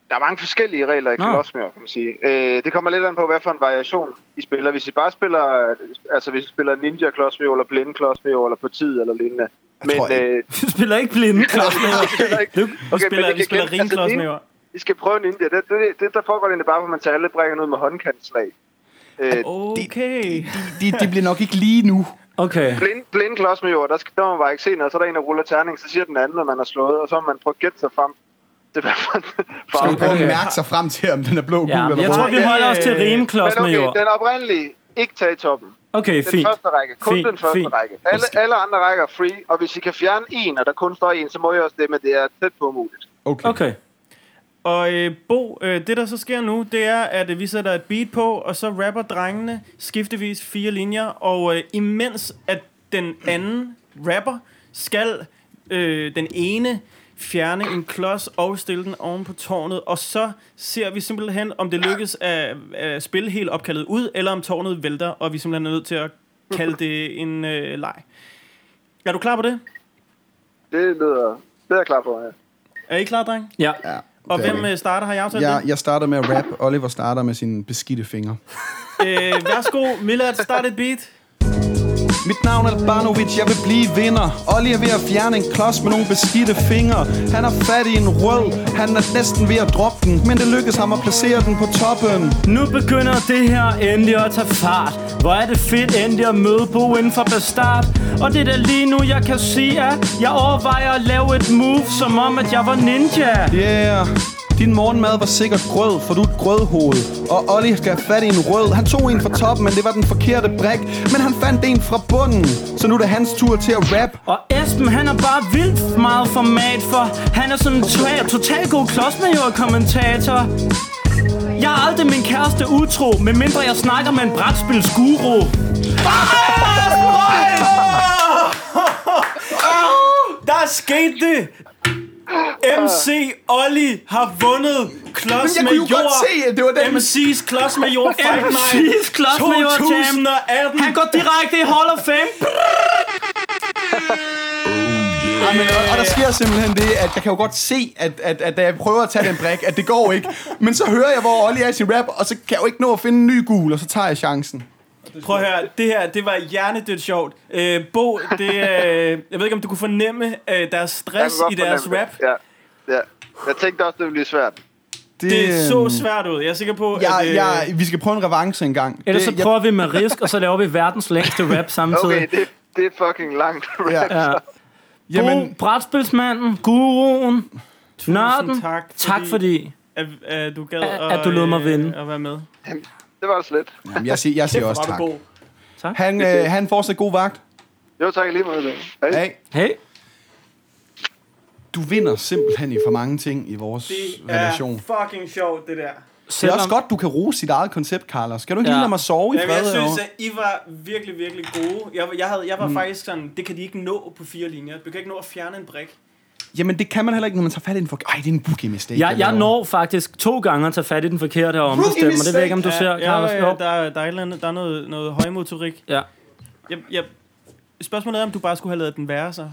Speaker 8: der er mange forskellige regler i
Speaker 1: Nå.
Speaker 8: Klodsmjør, kan man sige. Øh, det kommer lidt an på, hvad for en variation I spiller. Hvis I bare spiller, altså hvis I spiller Ninja Klodsmjør, eller Blinde Klodsmjør, eller Partiet, eller lignende. Men,
Speaker 3: tror ikke.
Speaker 8: øh,
Speaker 1: Du spiller ikke blinde Klodsmajor.
Speaker 8: okay,
Speaker 2: Vi spiller,
Speaker 8: men I
Speaker 2: vi
Speaker 8: kan
Speaker 2: spiller
Speaker 8: kende-
Speaker 2: ren
Speaker 8: altså,
Speaker 2: klodsmajor.
Speaker 8: I skal prøve en Ninja. Det, det, det der foregår egentlig bare, hvor man tager alle brækkerne ud med håndkantslag. Øh,
Speaker 2: Okay.
Speaker 3: De, de bliver nok ikke lige nu.
Speaker 1: Okay.
Speaker 8: Blind, blind klodsmajor, der skal der må man bare ikke se noget. Så er der en, der ruller terning, så siger den anden, at man har slået, og så har man prøvet at gætte sig frem. Det er bare
Speaker 3: Så man prøver
Speaker 8: farve.
Speaker 3: at mærke sig frem til, om den er blå, gul
Speaker 1: Ja,
Speaker 3: eller
Speaker 1: men jeg
Speaker 3: rød.
Speaker 1: tror, vi holder os til
Speaker 2: Øh,
Speaker 1: rime
Speaker 8: Men
Speaker 1: Klodsmajor.
Speaker 8: okay, den oprindelige, ikke tage i toppen.
Speaker 1: Okay,
Speaker 8: Den
Speaker 1: fint.
Speaker 8: første række. Kun
Speaker 1: Fint,
Speaker 8: den første
Speaker 1: fint.
Speaker 8: række. Alle, alle andre rækker er free, og hvis I kan fjerne en, og der kun står en, så må I også det, men det er tæt på muligt.
Speaker 3: Okay.
Speaker 1: Okay.
Speaker 2: Og øh, Bo, øh, det der så sker nu, det er, at øh, vi sætter et beat på, og så rapper drengene skiftevis fire linjer, og øh, imens at den anden rapper, skal øh, den ene fjerne en klods og stille den oven på tårnet, og så ser vi simpelthen, om det lykkes at, at spille helt opkaldet ud, eller om tårnet vælter, og vi simpelthen er nødt til at kalde det en øh, leg. Er du klar på det?
Speaker 8: Det lyder, det er jeg klar på, ja.
Speaker 2: Er I klar, dreng?
Speaker 1: Ja.
Speaker 3: Ja,
Speaker 2: Og
Speaker 3: det er
Speaker 2: hvem
Speaker 3: det.
Speaker 2: øh, starter? Har I aftalt det?
Speaker 3: jeg, jeg starter med at rap. Oliver starter med sine beskidte fingre.
Speaker 2: Øh, værsgo, Millard, start et beat.
Speaker 3: Mit navn er Albanovic, jeg vil blive vinder Olli er ved at fjerne en klods med nogle beskidte fingre Han har fat i en rød, han er næsten ved at droppe den Men det lykkes ham at placere den på toppen
Speaker 1: Nu begynder det her endelig at tage fart Hvor er det fedt endelig at møde Bo inden for Bastard Og det er da lige nu jeg kan sige at Jeg overvejer at lave et move Som om at jeg var ninja
Speaker 3: Yeah din morgenmad var sikkert grød, for du er et grødhoved. Og Olli skal have fat i en rød. Han tog en fra toppen, men det var den forkerte brik. Men han fandt en fra bunden, så nu er det hans tur til at rap.
Speaker 1: Og Esben han er bare vildt meget format For han er sådan en tra- total god klodsmajor kommentator Jeg er aldrig min kæreste utro Medmindre jeg snakker med en brætspilsguru
Speaker 2: Der skete det! MC Olli har vundet Klods
Speaker 3: jeg
Speaker 2: med
Speaker 3: kunne jo
Speaker 2: jord.
Speaker 3: godt se, at det var den-
Speaker 2: MC's Klods med jord Fight Night
Speaker 1: MC's Klods med jord Jam.
Speaker 2: 2018.
Speaker 1: Han går direkte i Hall of Fame
Speaker 3: Jamen, og, og der sker simpelthen det, at jeg kan jo godt se, at, at, at da jeg prøver at tage den brik, at det går ikke. Men så hører jeg, hvor Olli er i sin rap, og så kan jeg jo ikke nå at finde en ny gul, og så tager jeg chancen.
Speaker 2: Prøv at høre, det her, det var hjernedødt sjovt. Øh, Bo, det, øh, jeg ved ikke, om du kunne fornemme øh, deres
Speaker 8: Jeg
Speaker 2: stress
Speaker 8: kunne godt
Speaker 2: i deres
Speaker 8: fornemme
Speaker 2: rap.
Speaker 8: det. Ja. ja. Jeg tænkte også, det ville blive svært.
Speaker 2: Det så
Speaker 3: øhm,
Speaker 2: svært ud. Jeg er sikker på, at...
Speaker 3: Jeg,
Speaker 2: øh,
Speaker 3: jeg, vi skal prøve en revanche en gang.
Speaker 1: Ellers så
Speaker 3: Det- jeg-
Speaker 1: prøver vi med risk, og så laver vi verdens længste rap samtidig.
Speaker 8: Okay, det, det er fucking langt.
Speaker 3: Ja.
Speaker 1: Ja. Jamen...
Speaker 3: Jamen-
Speaker 1: Bo, brætspilsmanden, guruen, nørden.
Speaker 2: tak, fordi-
Speaker 1: tak fordi...
Speaker 2: at, at du gad
Speaker 1: At- at du lod mig
Speaker 2: øh,
Speaker 1: vinde.
Speaker 2: at være med.
Speaker 8: Det var også lidt.
Speaker 3: Jamen, jeg siger, jeg siger også
Speaker 2: Var
Speaker 3: tak.
Speaker 2: du god.
Speaker 3: Han, øh, han får sig god vagt.
Speaker 8: Jo, tak i lige måde. Hej.
Speaker 3: Hey.
Speaker 1: Hey.
Speaker 3: Du vinder simpelthen i for mange ting i vores
Speaker 2: Det er
Speaker 3: relation.
Speaker 2: fucking sjovt, det der.
Speaker 3: Det er
Speaker 1: Selvom,
Speaker 3: også godt, du kan rose dit eget koncept, Carlos. Skal du ikke
Speaker 1: Ja.
Speaker 3: ja. lige lade mig sove i
Speaker 2: Jamen,
Speaker 3: fred?
Speaker 2: jeg synes,
Speaker 3: herovre?
Speaker 2: at I var virkelig, virkelig gode. Jeg, jeg, havde, jeg var mm. faktisk sådan, det kan de ikke nå på fire linjer. Du kan ikke nå at fjerne en brik.
Speaker 3: Jamen, det kan man heller ikke, når man tager fat i den for... Ej, det er en boogie mistake.
Speaker 1: jeg, jeg
Speaker 3: laver.
Speaker 1: når faktisk to gange at tage fat i den forkerte og ombestemme, og det ved jeg ikke, om du ser, Carlos.
Speaker 2: ja,
Speaker 1: Jo.
Speaker 2: ja, der, er- der er, et eller andet, der er noget, noget højmotorik.
Speaker 1: Ja.
Speaker 2: Jeg, jeg, spørgsmålet er, om du bare skulle have lavet den værre, så.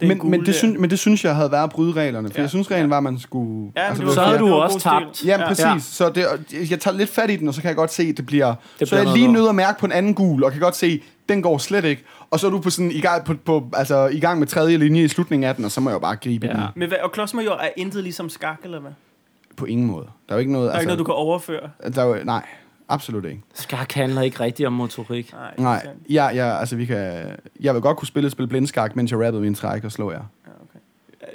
Speaker 2: Den
Speaker 3: Men,
Speaker 2: gule
Speaker 3: men, det
Speaker 2: der.
Speaker 3: synes, men det synes jeg havde været at bryde reglerne. For
Speaker 2: Ja.
Speaker 3: ja. jeg synes, reglen var, at man skulle... altså,
Speaker 2: Ja, men det var-
Speaker 3: det
Speaker 1: Så
Speaker 3: var
Speaker 1: havde
Speaker 3: fair.
Speaker 1: du
Speaker 2: det var
Speaker 1: også
Speaker 2: god stil.
Speaker 1: tabt.
Speaker 3: Ja, men
Speaker 2: Ja.
Speaker 3: præcis.
Speaker 1: Ja.
Speaker 3: Så det, og jeg tager lidt fat i den, og så kan jeg godt se, at det bliver... Det så
Speaker 1: bliver
Speaker 3: er jeg
Speaker 1: noget
Speaker 3: lige
Speaker 1: lort.
Speaker 3: nødt at mærke på en anden gul, og kan godt se, den går slet ikke. Og så er du på sådan, i, gang, på, på, altså, i gang med tredje linje i slutningen af den, og så må jeg jo bare gribe ja.
Speaker 1: Ja.
Speaker 3: den
Speaker 2: Men hvad, og klodsmajor er intet ligesom skak, eller hvad? Der er
Speaker 3: på ingen måde. Der er jo ikke noget...
Speaker 2: altså, ikke noget, du kan overføre.
Speaker 3: der er jo, nej, absolut ikke.
Speaker 1: Skak handler ikke rigtigt om motorik.
Speaker 2: Nej. det er
Speaker 3: Nej,
Speaker 2: sandt.
Speaker 3: ja, ja, altså vi kan... Jeg vil godt kunne spille et spil blindskak, mens jeg rappede min træk og slå jer.
Speaker 2: Ja, okay.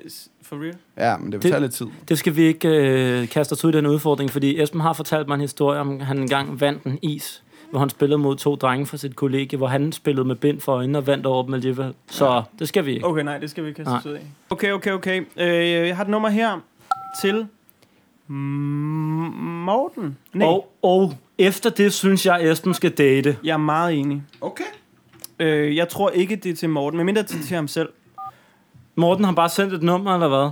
Speaker 2: Ja, s- For real?
Speaker 3: Ja, men det vil
Speaker 1: Det-
Speaker 3: tage lidt tid.
Speaker 1: Det skal vi ikke øh, kaste os ud i den udfordring, fordi Esben har fortalt mig en historie om, at han engang vandt en is, hvor han spillede mod to drenge fra sit kollegie, hvor han spillede med bind for øjnene og vandt over dem alligevel. Så det skal vi ikke.
Speaker 2: Okay, nej, det skal vi ikke kaste
Speaker 1: Nej.
Speaker 2: os ud af. Okay, okay, okay. Øh, jeg har et nummer her til M- Morten. Nej,
Speaker 1: Og, og efter det synes jeg, Esben skal date.
Speaker 2: jeg er meget enig.
Speaker 3: Okay.
Speaker 2: Øh, jeg tror ikke, det er til Morten, medmindre det er til ham selv.
Speaker 1: Morten har bare sendt et nummer, eller hvad?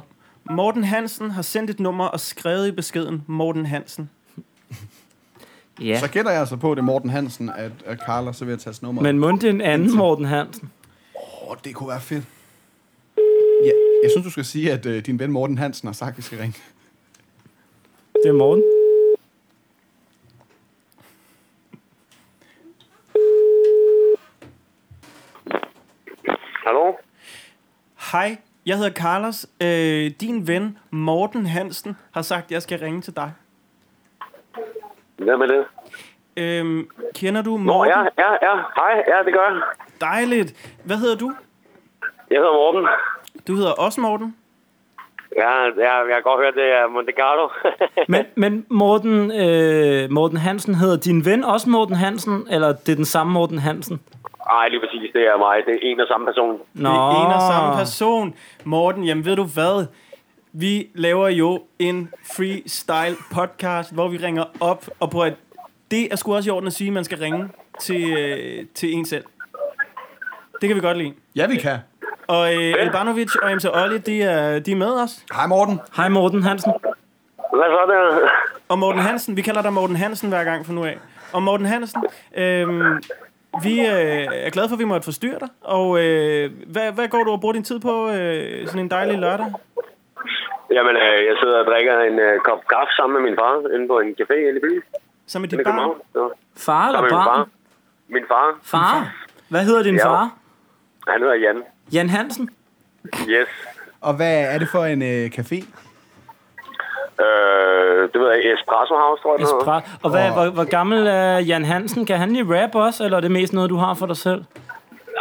Speaker 2: Morten Hansen har sendt et nummer og skrevet i beskeden Morten Hansen.
Speaker 1: Ja.
Speaker 3: Så gætter jeg altså på, at det er Morten Hansen, at, at Carla så vil jeg tage nummer.
Speaker 1: Men mund en anden Morten Hansen.
Speaker 3: Åh, det kunne være fedt. Ja, jeg synes, du skal sige, at øh, din ven Morten Hansen har sagt, at vi skal ringe.
Speaker 1: Det er Morten.
Speaker 6: Hallo?
Speaker 2: Hej, jeg hedder Carlos. Øh, din ven Morten Hansen har sagt, at jeg skal ringe til dig.
Speaker 6: Hvem er det?
Speaker 2: Øh, kender du Morten?
Speaker 6: Nå, ja, ja, ja. Hej, ja, det gør jeg.
Speaker 2: Dejligt. Hvad hedder du?
Speaker 6: Jeg hedder Morten.
Speaker 2: Du hedder også Morten.
Speaker 6: Ja, ja jeg har godt hørt, det er Monte Carlo.
Speaker 1: Men, men Morten, øh, Morten Hansen hedder din ven også Morten Hansen, eller det er den samme Morten Hansen?
Speaker 6: Ej, lige præcis, det er mig. Det er en og samme person.
Speaker 1: Nå.
Speaker 2: Det er en og samme person. Morten, jamen ved du hvad? Vi laver jo en freestyle podcast, hvor vi ringer op og på at det er sgu også i orden at sige, at man skal ringe til, øh, til en selv. Det kan vi godt lide.
Speaker 3: Ja, vi kan.
Speaker 2: Og øh, Albanovic og MC Olli, de er, de er med os.
Speaker 3: Hej Morten.
Speaker 1: Hej Morten Hansen.
Speaker 6: Hvad så der?
Speaker 2: Og Morten Hansen, vi kalder dig Morten Hansen hver gang fra nu af. Og Morten Hansen, øh, vi øh, er glade for, at vi måtte forstyrre dig. Og øh, hvad, hvad går du og bruger din tid på øh, sådan en dejlig lørdag?
Speaker 6: Jamen, øh, jeg sidder og drikker en øh, kop kaffe sammen med min far inde på en café inde i byen.
Speaker 2: Sammen med
Speaker 6: Inde
Speaker 2: dit
Speaker 6: i København.
Speaker 2: barn?
Speaker 6: Ja.
Speaker 1: Far
Speaker 6: Sammen
Speaker 1: eller
Speaker 6: med min far.
Speaker 1: barn?
Speaker 6: Min far,
Speaker 1: Far? Hvad hedder din
Speaker 6: Ja.
Speaker 1: far?
Speaker 6: han hedder Jan.
Speaker 1: Jan Hansen?
Speaker 6: Yes.
Speaker 3: Og hvad er det for en øh, café?
Speaker 6: Øh, det ved jeg ikke. Espresso House, tror jeg, den hedder.
Speaker 1: Espra- og hvad, hvor, hvor gammel er Jan Hansen? Kan han lige rap også, eller er det mest noget, du har for dig selv?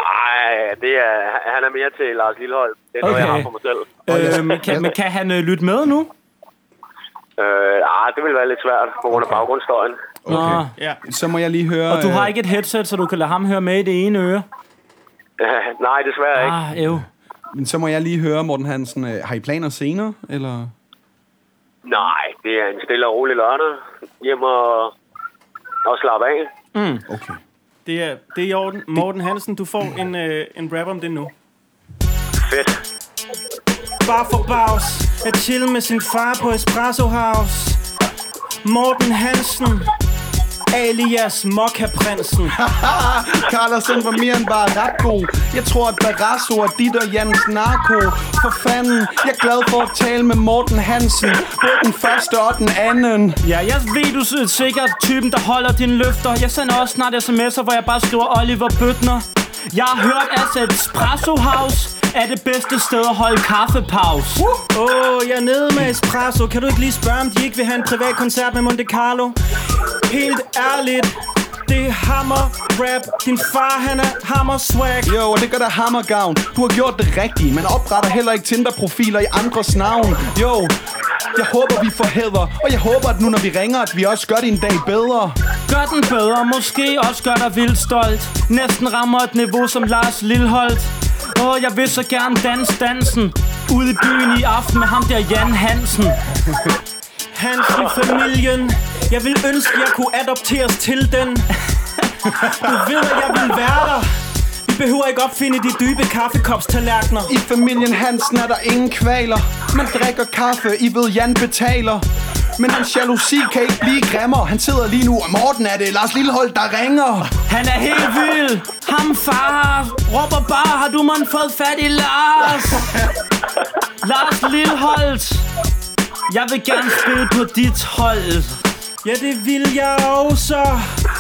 Speaker 6: Nej, det er, han er mere til Lars Lillehold. Det er okay. noget, jeg
Speaker 1: Okay.
Speaker 6: har for mig selv.
Speaker 1: Øh, men kan, men kan han øh, lytte med nu?
Speaker 6: Øh, ah, det vil være lidt svært på grund af baggrundsstøjen.
Speaker 1: Okay. Nå.
Speaker 2: Ja.
Speaker 3: Så må jeg lige høre...
Speaker 1: Og du har
Speaker 3: øh,
Speaker 1: ikke et headset, så du kan lade ham høre med i det ene øre?
Speaker 6: Nej, desværre ikke.
Speaker 1: Ah, ev.
Speaker 3: Men så må jeg lige høre, Morten Hansen, øh, har I planer senere, eller...
Speaker 6: Nej, det er en stille og rolig lørdag. Hjem og, og slappe af.
Speaker 3: Okay.
Speaker 2: Det er, det er i orden. Morten Hansen, du får en, øh, en rap om det nu.
Speaker 6: Fedt.
Speaker 2: Bare for bags at chill med sin far på Espresso House. Morten Hansen, alias Mokka-prinsen.
Speaker 3: Carlsen var mere end bare ret god. Jeg tror, at Barrasso er dit og Jans narko. For fanden, jeg er glad for at tale med Morten Hansen. Både den første og den anden.
Speaker 1: Ja, jeg ved, du er sikkert typen, der holder dine løfter. Jeg sender også snart sms'er, hvor jeg bare skriver Oliver Bøtner. Jeg har hørt, at Espresso House er det bedste sted at holde kaffepause.
Speaker 2: Åh, oh, jeg er nede med Espresso. Kan du ikke lige spørge, om de ikke vil have en privat koncert med Monte Carlo? Helt ærligt, det er hammer rap. Din far, han er hammer swag.
Speaker 3: Jo, og det gør dig hammergavn. Du har gjort det rigtige. Man opretter heller ikke Tinder-profiler i andres navn. Jo, jeg håber, vi får hæder. Og jeg håber, at nu, når vi ringer, at vi også gør det en dag bedre.
Speaker 1: Gør den bedre, måske også gør dig vildt stolt Næsten rammer et niveau som Lars Lilholdt Åh, jeg vil så gerne danse dansen Ude i byen i aften med ham der Jan Hansen.
Speaker 2: Hansen familien Jeg vil ønske, jeg kunne adopteres til den Du ved, at jeg vil være der Vi behøver ikke opfinde de dybe kaffekopstallerkener
Speaker 3: I familien Hansen er der ingen kvaler Man drikker kaffe, I ved Jan betaler men hans jalousi kan ikke blive grimmere Han sidder lige nu, og Morten er det Lars Lillehold, der ringer
Speaker 1: Han er helt vild. Ham far råber bare, har du man fået fat i Lars? Lars Lilleholdt. Jeg vil gerne spille på dit hold.
Speaker 2: Ja, det vil jeg også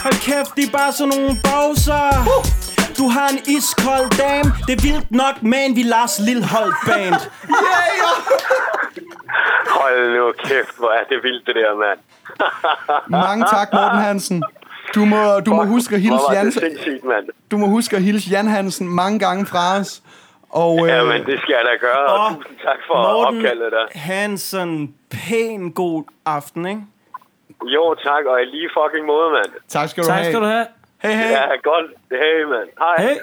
Speaker 2: Hold kæft, de er bare sådan nogle bowser Du har en iskold dame Det er vildt nok, men vi Lars Lillehold band
Speaker 6: Hold nu kæft, hvor er det vildt det der, mand.
Speaker 3: Mange tak, Morten Hansen. Du må, du må huske at hilse
Speaker 6: Hvor var
Speaker 3: Jan,
Speaker 6: det sindssygt, mand.
Speaker 3: du må huske at hilse Jan Hansen mange gange fra os. Og øh,
Speaker 6: Jamen, det skal jeg da gøre, og
Speaker 2: Åh,
Speaker 6: tusind tak for opkaldet dig.
Speaker 2: Hansen, pæn god aften, ikke?
Speaker 6: Jo, tak, og i lige fucking måde, mand.
Speaker 3: tak skal du
Speaker 1: Tak
Speaker 3: have.
Speaker 1: skal du have.
Speaker 2: Hey, hey.
Speaker 6: Ja, godt. Hey, mand. Hej.
Speaker 1: Hey.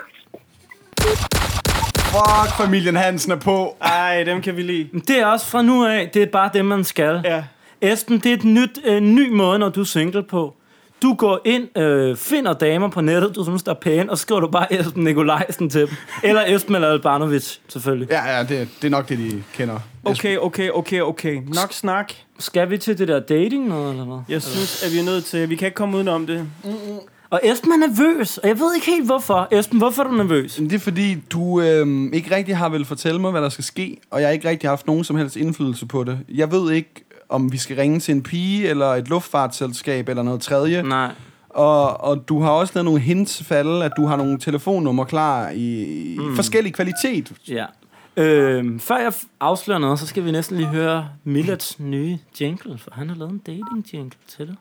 Speaker 3: Fuck, familien Hansen er på.
Speaker 2: Ej, dem kan vi lide.
Speaker 1: Det er også fra nu af, det er bare det, man skal.
Speaker 2: Ja.
Speaker 1: Esben, det er en nyt, øh, ny måde, når du er single på. Du går ind, øh, finder damer på nettet, du synes, der er pæne, og så skriver du bare Esben Nikolajsen til dem. Eller Esben eller Albanovic, selvfølgelig.
Speaker 3: Ja, ja, det, det er nok det, de kender.
Speaker 2: Okay, okay, okay, okay. Nok snak.
Speaker 1: Skal vi til det der dating noget, eller hvad?
Speaker 2: Jeg synes, at vi er nødt til... Vi kan ikke komme udenom det.
Speaker 1: Og Esben er nervøs, og jeg ved ikke helt hvorfor. Esben, hvorfor er du nervøs?
Speaker 3: Det er fordi, du øh, ikke rigtig har vel fortælle mig, hvad der skal ske, og jeg har ikke rigtig haft nogen som helst indflydelse på det. Jeg ved ikke, om vi skal ringe til en pige, eller et luftfartsselskab, eller noget tredje.
Speaker 1: Nej.
Speaker 3: Og, og du har også lavet nogle hints falde, at du har nogle telefonnumre klar i, i forskellig kvalitet.
Speaker 1: Ja. Øhm, før jeg f- afslører noget, så skal vi næsten lige høre Millets nye jingle, for han har lavet en dating jingle til dig.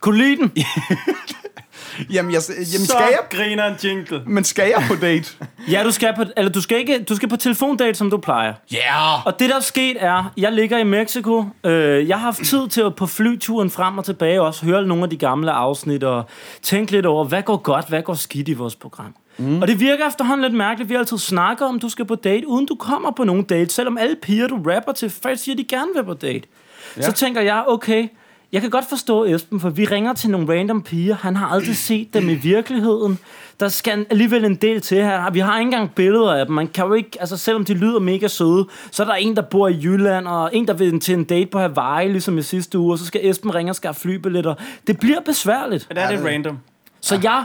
Speaker 1: Kunne du lide den?
Speaker 3: Jamen, jeg, jamen
Speaker 2: Så
Speaker 3: skal jeg?
Speaker 2: griner en jingle.
Speaker 3: Men skal jeg på date?
Speaker 1: Ja, du skal på, eller du skal ikke, du skal på telefondate, som du plejer. Ja. Yeah. Og det, der er sket, er, jeg ligger i Mexico. Øh, jeg har haft tid til at på flyturen frem og tilbage også høre nogle af de gamle afsnit og tænke lidt over, hvad går godt, hvad går skidt i vores program. Mm. Og det virker efterhånden lidt mærkeligt. Vi har altid snakket om, du skal på date, uden du kommer på nogen date. Selvom alle piger, du rapper til, faktisk siger, de gerne vil på date. Ja. Så tænker jeg, okay, jeg kan godt forstå Esben, for vi ringer til nogle random piger. Han har aldrig set dem i virkeligheden. Der skal alligevel en del til her. Vi har ikke engang billeder af dem. Man kan jo ikke, altså selvom de lyder mega søde, så er der en, der bor i Jylland, og en, der vil til en date på Hawaii, ligesom i sidste uge, og så skal Esben ringe og skaffe flybilletter. Det bliver besværligt.
Speaker 2: Men der er det random.
Speaker 1: Så jeg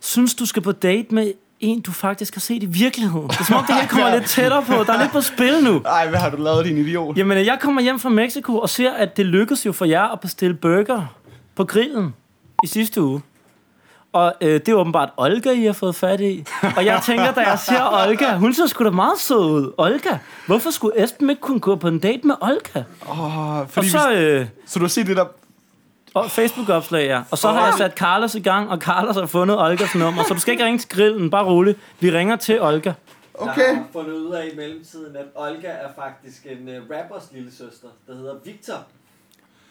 Speaker 1: synes, du skal på date med en, du faktisk har set i virkeligheden. Det er som om, det hele kommer lidt tættere på. Der er lidt på spil nu.
Speaker 3: Nej, hvad har du lavet, din idiot?
Speaker 1: Jamen, jeg kommer hjem fra Mexico og ser, at det lykkedes jo for jer at bestille burger på grillen i sidste uge. Og øh, det er åbenbart Olga, I har fået fat i. Og jeg tænker, da jeg ser Olga, hun ser sgu da meget sød ud. Olga, hvorfor skulle Esben ikke kunne gå på en date med Olga?
Speaker 3: Oh,
Speaker 1: Og
Speaker 3: fordi
Speaker 1: så
Speaker 3: vi,
Speaker 1: øh,
Speaker 3: så du har set det der...
Speaker 1: og Facebook-opslag, ja. Og så har jeg sat Carlos i gang, og Carlos har fundet Olgas nummer. Så du skal ikke ringe til grillen, bare rolig. Vi ringer til Olga.
Speaker 3: Okay.
Speaker 4: Jeg har fundet ud af i mellemtiden, at Olga er faktisk en uh, rappers lille søster, der hedder Victor.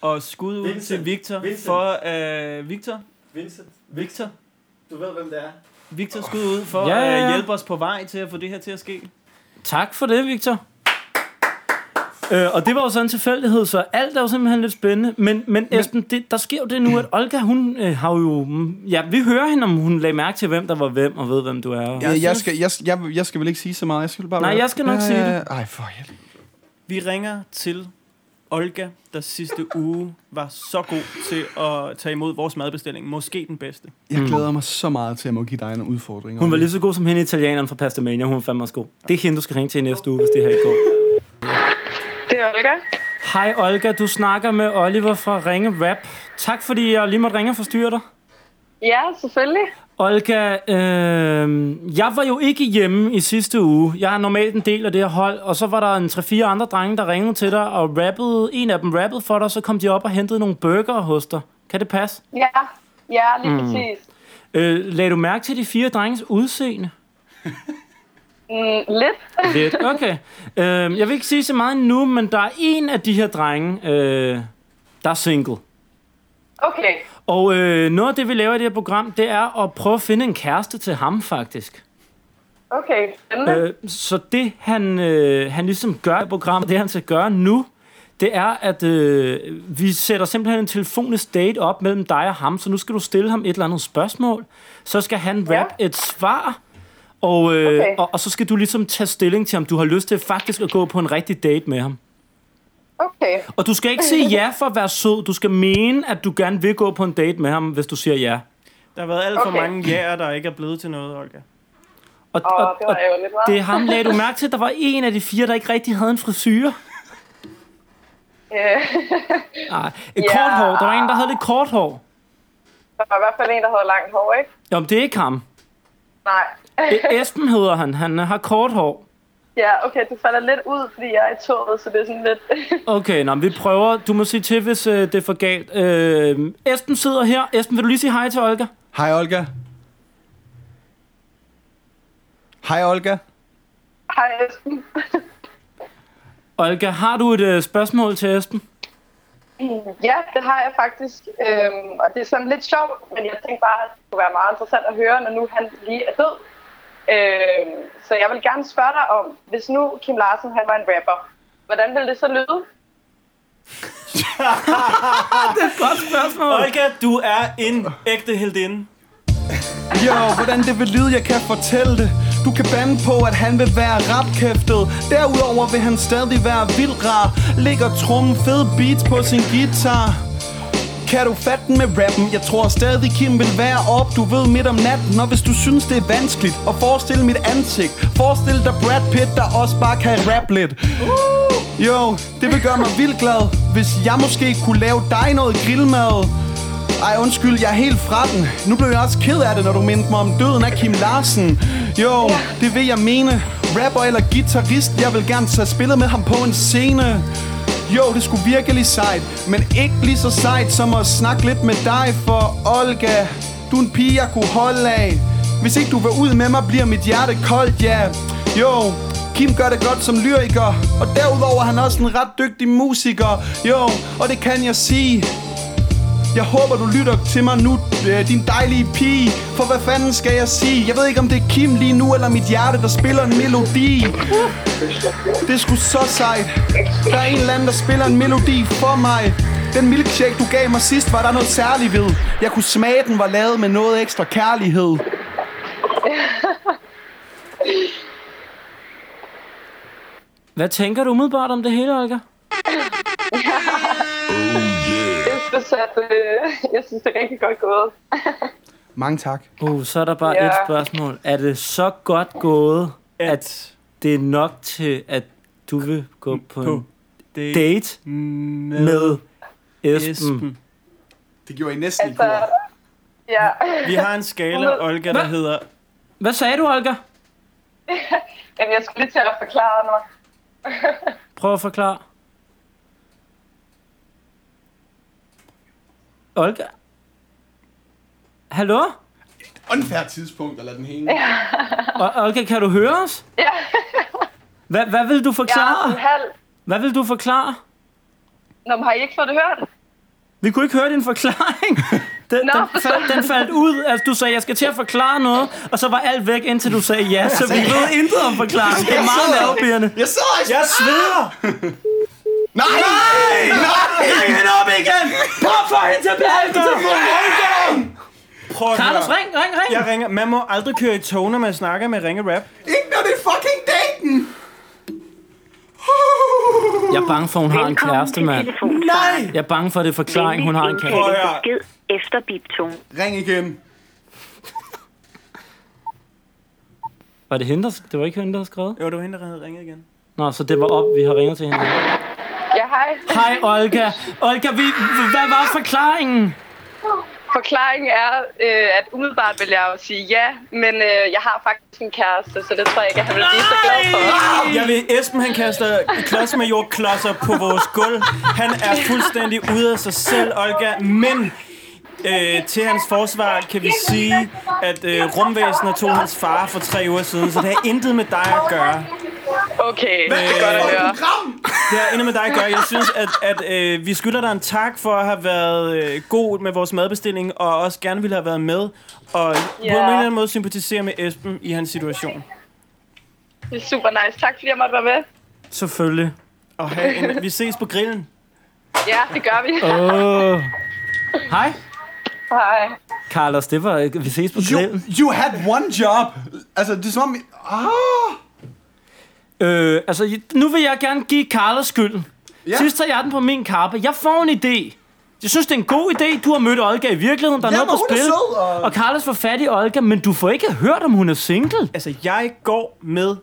Speaker 2: Og skud ud
Speaker 4: Vincent.
Speaker 2: til Victor.
Speaker 4: Vincent.
Speaker 2: For, øh, Victor.
Speaker 4: Vincent,
Speaker 2: Victor.
Speaker 4: du ved, hvem det er.
Speaker 2: Victor, skud ud for
Speaker 1: Ja,
Speaker 2: ja,
Speaker 1: ja,
Speaker 2: ja,
Speaker 1: ja.
Speaker 2: at hjælpe os på vej til at få det her til at ske.
Speaker 1: Tak for det, Victor. Øh, og det var jo sådan en tilfældighed, så alt er jo simpelthen lidt spændende. Men, men Esben, det, der sker jo det nu, at Olga, hun øh, har jo... mm, Ja, vi hører hende, om hun lagde mærke til, hvem der var hvem, og ved, hvem du er. Ja.
Speaker 3: Jeg, jeg, skal, jeg, jeg, jeg skal vel ikke sige så meget. Jeg skal bare
Speaker 1: Nej, jeg skal nok sige det.
Speaker 3: Ej, for helvede.
Speaker 2: Vi ringer til Olga, der sidste uge var så god til at tage imod vores madbestilling. Måske den bedste.
Speaker 3: Jeg glæder mig så meget til, at jeg må give dig en udfordring.
Speaker 1: Mm. Hun var lige så god som hende italieneren fra Pastamania, hun var fandme også god. Det er hende, du skal ringe til i næste uge, hvis det her ikke går.
Speaker 9: Det er Olga.
Speaker 1: Hej Olga, du snakker med Oliver fra Ringe Rap. Tak fordi jeg lige måtte ringe og forstyrre dig.
Speaker 9: Ja, selvfølgelig.
Speaker 1: Olga, øh, jeg var jo ikke hjemme i sidste uge. Jeg er normalt en del af det her hold, og så var der en 3-4 andre drenge, der ringede til dig og rappede. En af dem rappede for dig, så kom de op og hentede nogle burger hos dig. Kan det passe?
Speaker 9: Ja, ja lige mm. præcis.
Speaker 1: Øh, lagde du mærke til de fire drenges udseende?
Speaker 9: Mm, lidt.
Speaker 1: Lidt. Okay. Øhm, jeg vil ikke sige så meget nu, men der er en af de her drenge, øh, der er single.
Speaker 9: Okay.
Speaker 1: Og øh, noget af det, vi laver i det her program, det er at prøve at finde en kæreste til ham, faktisk.
Speaker 9: Okay, spændende.
Speaker 1: Øh, så det, han, øh, han ligesom gør i programmet, det han skal gøre nu, det er, at øh, vi sætter simpelthen en telefonisk date op mellem dig og ham, så nu skal du stille ham et eller andet spørgsmål, så skal han rap et svar, og, øh, okay.
Speaker 9: Okay.
Speaker 1: og, og så skal du ligesom tage stilling til, om du har lyst til faktisk at gå på en rigtig date med ham.
Speaker 9: Okay,
Speaker 1: Og du skal ikke sige ja for at være sød, du skal mene, at du gerne vil gå på en date med ham, hvis du siger ja.
Speaker 2: Der har været alt for
Speaker 9: Okay.
Speaker 2: mange jæger, der ikke er blevet til noget, Olga.
Speaker 1: Og,
Speaker 9: og det var ærgerligt, hva'?
Speaker 1: det er ham, lagde du mærke til, at der var en af de fire, der ikke rigtig havde en frisyr.
Speaker 9: Øh,
Speaker 1: Nej, et yeah. kort hår. Der var en, der havde lidt kort hår.
Speaker 9: der var i hvert fald en, der havde langt hår, ikke?
Speaker 1: Jamen, det er ikke ham.
Speaker 9: Nej.
Speaker 1: E- Esben hedder han. Han øh, har kort hår.
Speaker 9: Ja, okay, du falder lidt ud, fordi jeg er i toget, så det er sådan lidt...
Speaker 1: Okay, nå, men vi prøver. Du må sige til, hvis øh, det er for galt. Øh, Esben sidder her. Esben, vil du lige sige hej til Olga?
Speaker 3: Hej, Olga. Hej, Olga.
Speaker 9: Hej Esben.
Speaker 1: Olga, har du et øh, spørgsmål til Esben?
Speaker 9: Ja, det har jeg faktisk. Øhm, og det er sådan lidt sjovt, men jeg tænkte bare, at det kunne være meget interessant at høre, når nu han lige er død. Øhm, så jeg vil gerne spørge dig om, hvis nu Kim Larsen han var en rapper, hvordan ville det så lyde?
Speaker 1: Godt spørgsmål.
Speaker 2: Olga, du er en ægte heldinde.
Speaker 3: Jo, hvordan det vil lyde, jeg kan fortælle det Du kan bande på, at han vil være rapkæftet Derudover vil han stadig være vildt rar Ligger trummen fed beats på sin guitar kan du fatte den med rappen? Jeg tror stadig Kim vil være op Du ved midt om natten Og hvis du synes det er vanskeligt At forestille mit ansigt Forestil dig Brad Pitt Der også bare kan rap lidt Jo, det vil gøre mig vildt glad Hvis jeg måske kunne lave dig noget grillmad ej, undskyld, jeg er helt fra den. Nu blev jeg også ked af det, når du mindte mig om døden af Kim Larsen. Jo, det vil jeg mene. Rapper eller guitarist, jeg vil gerne tage spillet med ham på en scene. Jo, det skulle virkelig sejt, men ikke lige så sejt som at snakke lidt med dig, for Olga, du er en pige, jeg kunne holde af. Hvis ikke du vil ud med mig, bliver mit hjerte koldt, ja. Jo, Kim gør det godt som lyriker, og derudover er han også en ret dygtig musiker. Jo, og det kan jeg sige. Jeg håber, du lytter til mig nu, øh, din dejlige pige. For hvad fanden skal jeg sige? Jeg ved ikke, om det er Kim lige nu, eller mit hjerte, der spiller en melodi. Det er sgu så sejt. Der er en eller anden, der spiller en melodi for mig. Den milkshake, du gav mig sidst, var der noget særligt ved. Jeg kunne smage, den var lavet med noget ekstra kærlighed.
Speaker 1: Hvad tænker du umiddelbart om det hele, Olga?
Speaker 9: Jeg synes, at, øh, jeg synes det er rigtig godt gået.
Speaker 3: Mange tak.
Speaker 1: Uh, så er der bare
Speaker 9: Ja.
Speaker 1: et spørgsmål. Er det så godt gået, at det er nok til, at du vil gå på en
Speaker 2: Det
Speaker 1: date med Esben.
Speaker 3: Det gjorde I næsten
Speaker 9: Altså, ja.
Speaker 2: Vi har en skala, Olga, der
Speaker 1: Hva?
Speaker 2: hedder...
Speaker 1: Hvad sagde du, Olga?
Speaker 9: Jamen, jeg skulle lige til at forklare mig.
Speaker 1: Prøv at forklare. Olga? Hallo?
Speaker 3: unfair tidspunkt at lade den hænge.
Speaker 1: O- Olga, kan du høre os?
Speaker 9: Ja,
Speaker 1: Hva, hvad vil
Speaker 9: jeg
Speaker 1: du
Speaker 9: er sådan
Speaker 1: forklare?
Speaker 9: halv.
Speaker 1: Hvad vil du forklare?
Speaker 9: Nå, men har I ikke fået det hørt?
Speaker 1: Vi kunne ikke høre din forklaring. Den,
Speaker 9: Nå.
Speaker 1: den, faldt, den faldt ud. Altså, du sagde, jeg skal til at forklare noget, og så var alt væk, indtil du sagde ja. Så vi ved intet om forklaringen. Det er meget nervepirrende.
Speaker 3: Jeg så ikke!
Speaker 2: Jeg sveder!
Speaker 3: Ah! Nej!
Speaker 1: Ring op igen! Prøv at få hende tilbage!
Speaker 2: Prøv at
Speaker 1: Anders,
Speaker 2: høre.
Speaker 1: ring, ring, ring!
Speaker 2: Jeg ringer. Man må aldrig køre i tog, når man snakker med ringe rap.
Speaker 3: Ikke når det er fucking daten!
Speaker 1: Jeg er bange for, hun har en kæreste, mand.
Speaker 2: Nej!
Speaker 1: Jeg er bange for, at det er forklaring, hun har en kæreste.
Speaker 2: Prøv at høre.
Speaker 10: Besked efter biptone.
Speaker 3: Ring igen.
Speaker 1: Var det hende, der, det var ikke hende, der havde skrevet?
Speaker 2: Jo, det var hende, der havde ringet igen.
Speaker 1: Nå, så det var op, vi har ringet til hende.
Speaker 9: Ja, hej.
Speaker 1: Hej, Olga. Olga, vi, hvad var forklaringen?
Speaker 9: Forklaringen er, øh, at umiddelbart vil jeg jo sige ja, men øh, jeg har faktisk en kæreste, så det tror jeg ikke, at han vil blive så glad for.
Speaker 2: Jeg ved, Esben han kaster klodsmajorklodser på vores gulv. Han er fuldstændig ude af sig selv, Olga. Men Øh, til hans forsvar kan vi sige, at øh, rumvæsener tog hans far for tre uger siden, så det har intet med dig at gøre.
Speaker 9: Okay, det er godt at høre.
Speaker 2: Det har intet med dig at gøre. Jeg synes, at, at øh, vi skylder dig en tak for at have været øh, god med vores madbestilling, og også gerne ville have været med, og yeah. på en eller anden måde sympatisere med Esben i hans situation.
Speaker 9: Det er super nice. Tak fordi jeg måtte være med.
Speaker 1: Selvfølgelig.
Speaker 2: Og have en, vi ses på grillen.
Speaker 9: Ja, det gør vi.
Speaker 3: Øh.
Speaker 1: Åh. Hej,
Speaker 9: Hej.
Speaker 1: Carlos. Det var, vi ses på
Speaker 3: You,
Speaker 1: grillen.
Speaker 3: you had one job. Altså, det er som om... Ah.
Speaker 1: Øh, altså, nu vil jeg gerne give Carlos skylden. Ja.
Speaker 3: Ja.
Speaker 1: Sidst havde jeg den på min kappe. Jeg får en idé. Jeg synes, det er en god idé. Du har mødt Olga i virkeligheden. Der er
Speaker 3: Ja,
Speaker 1: noget
Speaker 3: men
Speaker 1: på
Speaker 3: hun er
Speaker 1: spil.
Speaker 3: sød, og-
Speaker 1: og Carlos får fat i Olga, men du får ikke hørt, om hun er single.
Speaker 2: Altså, jeg går med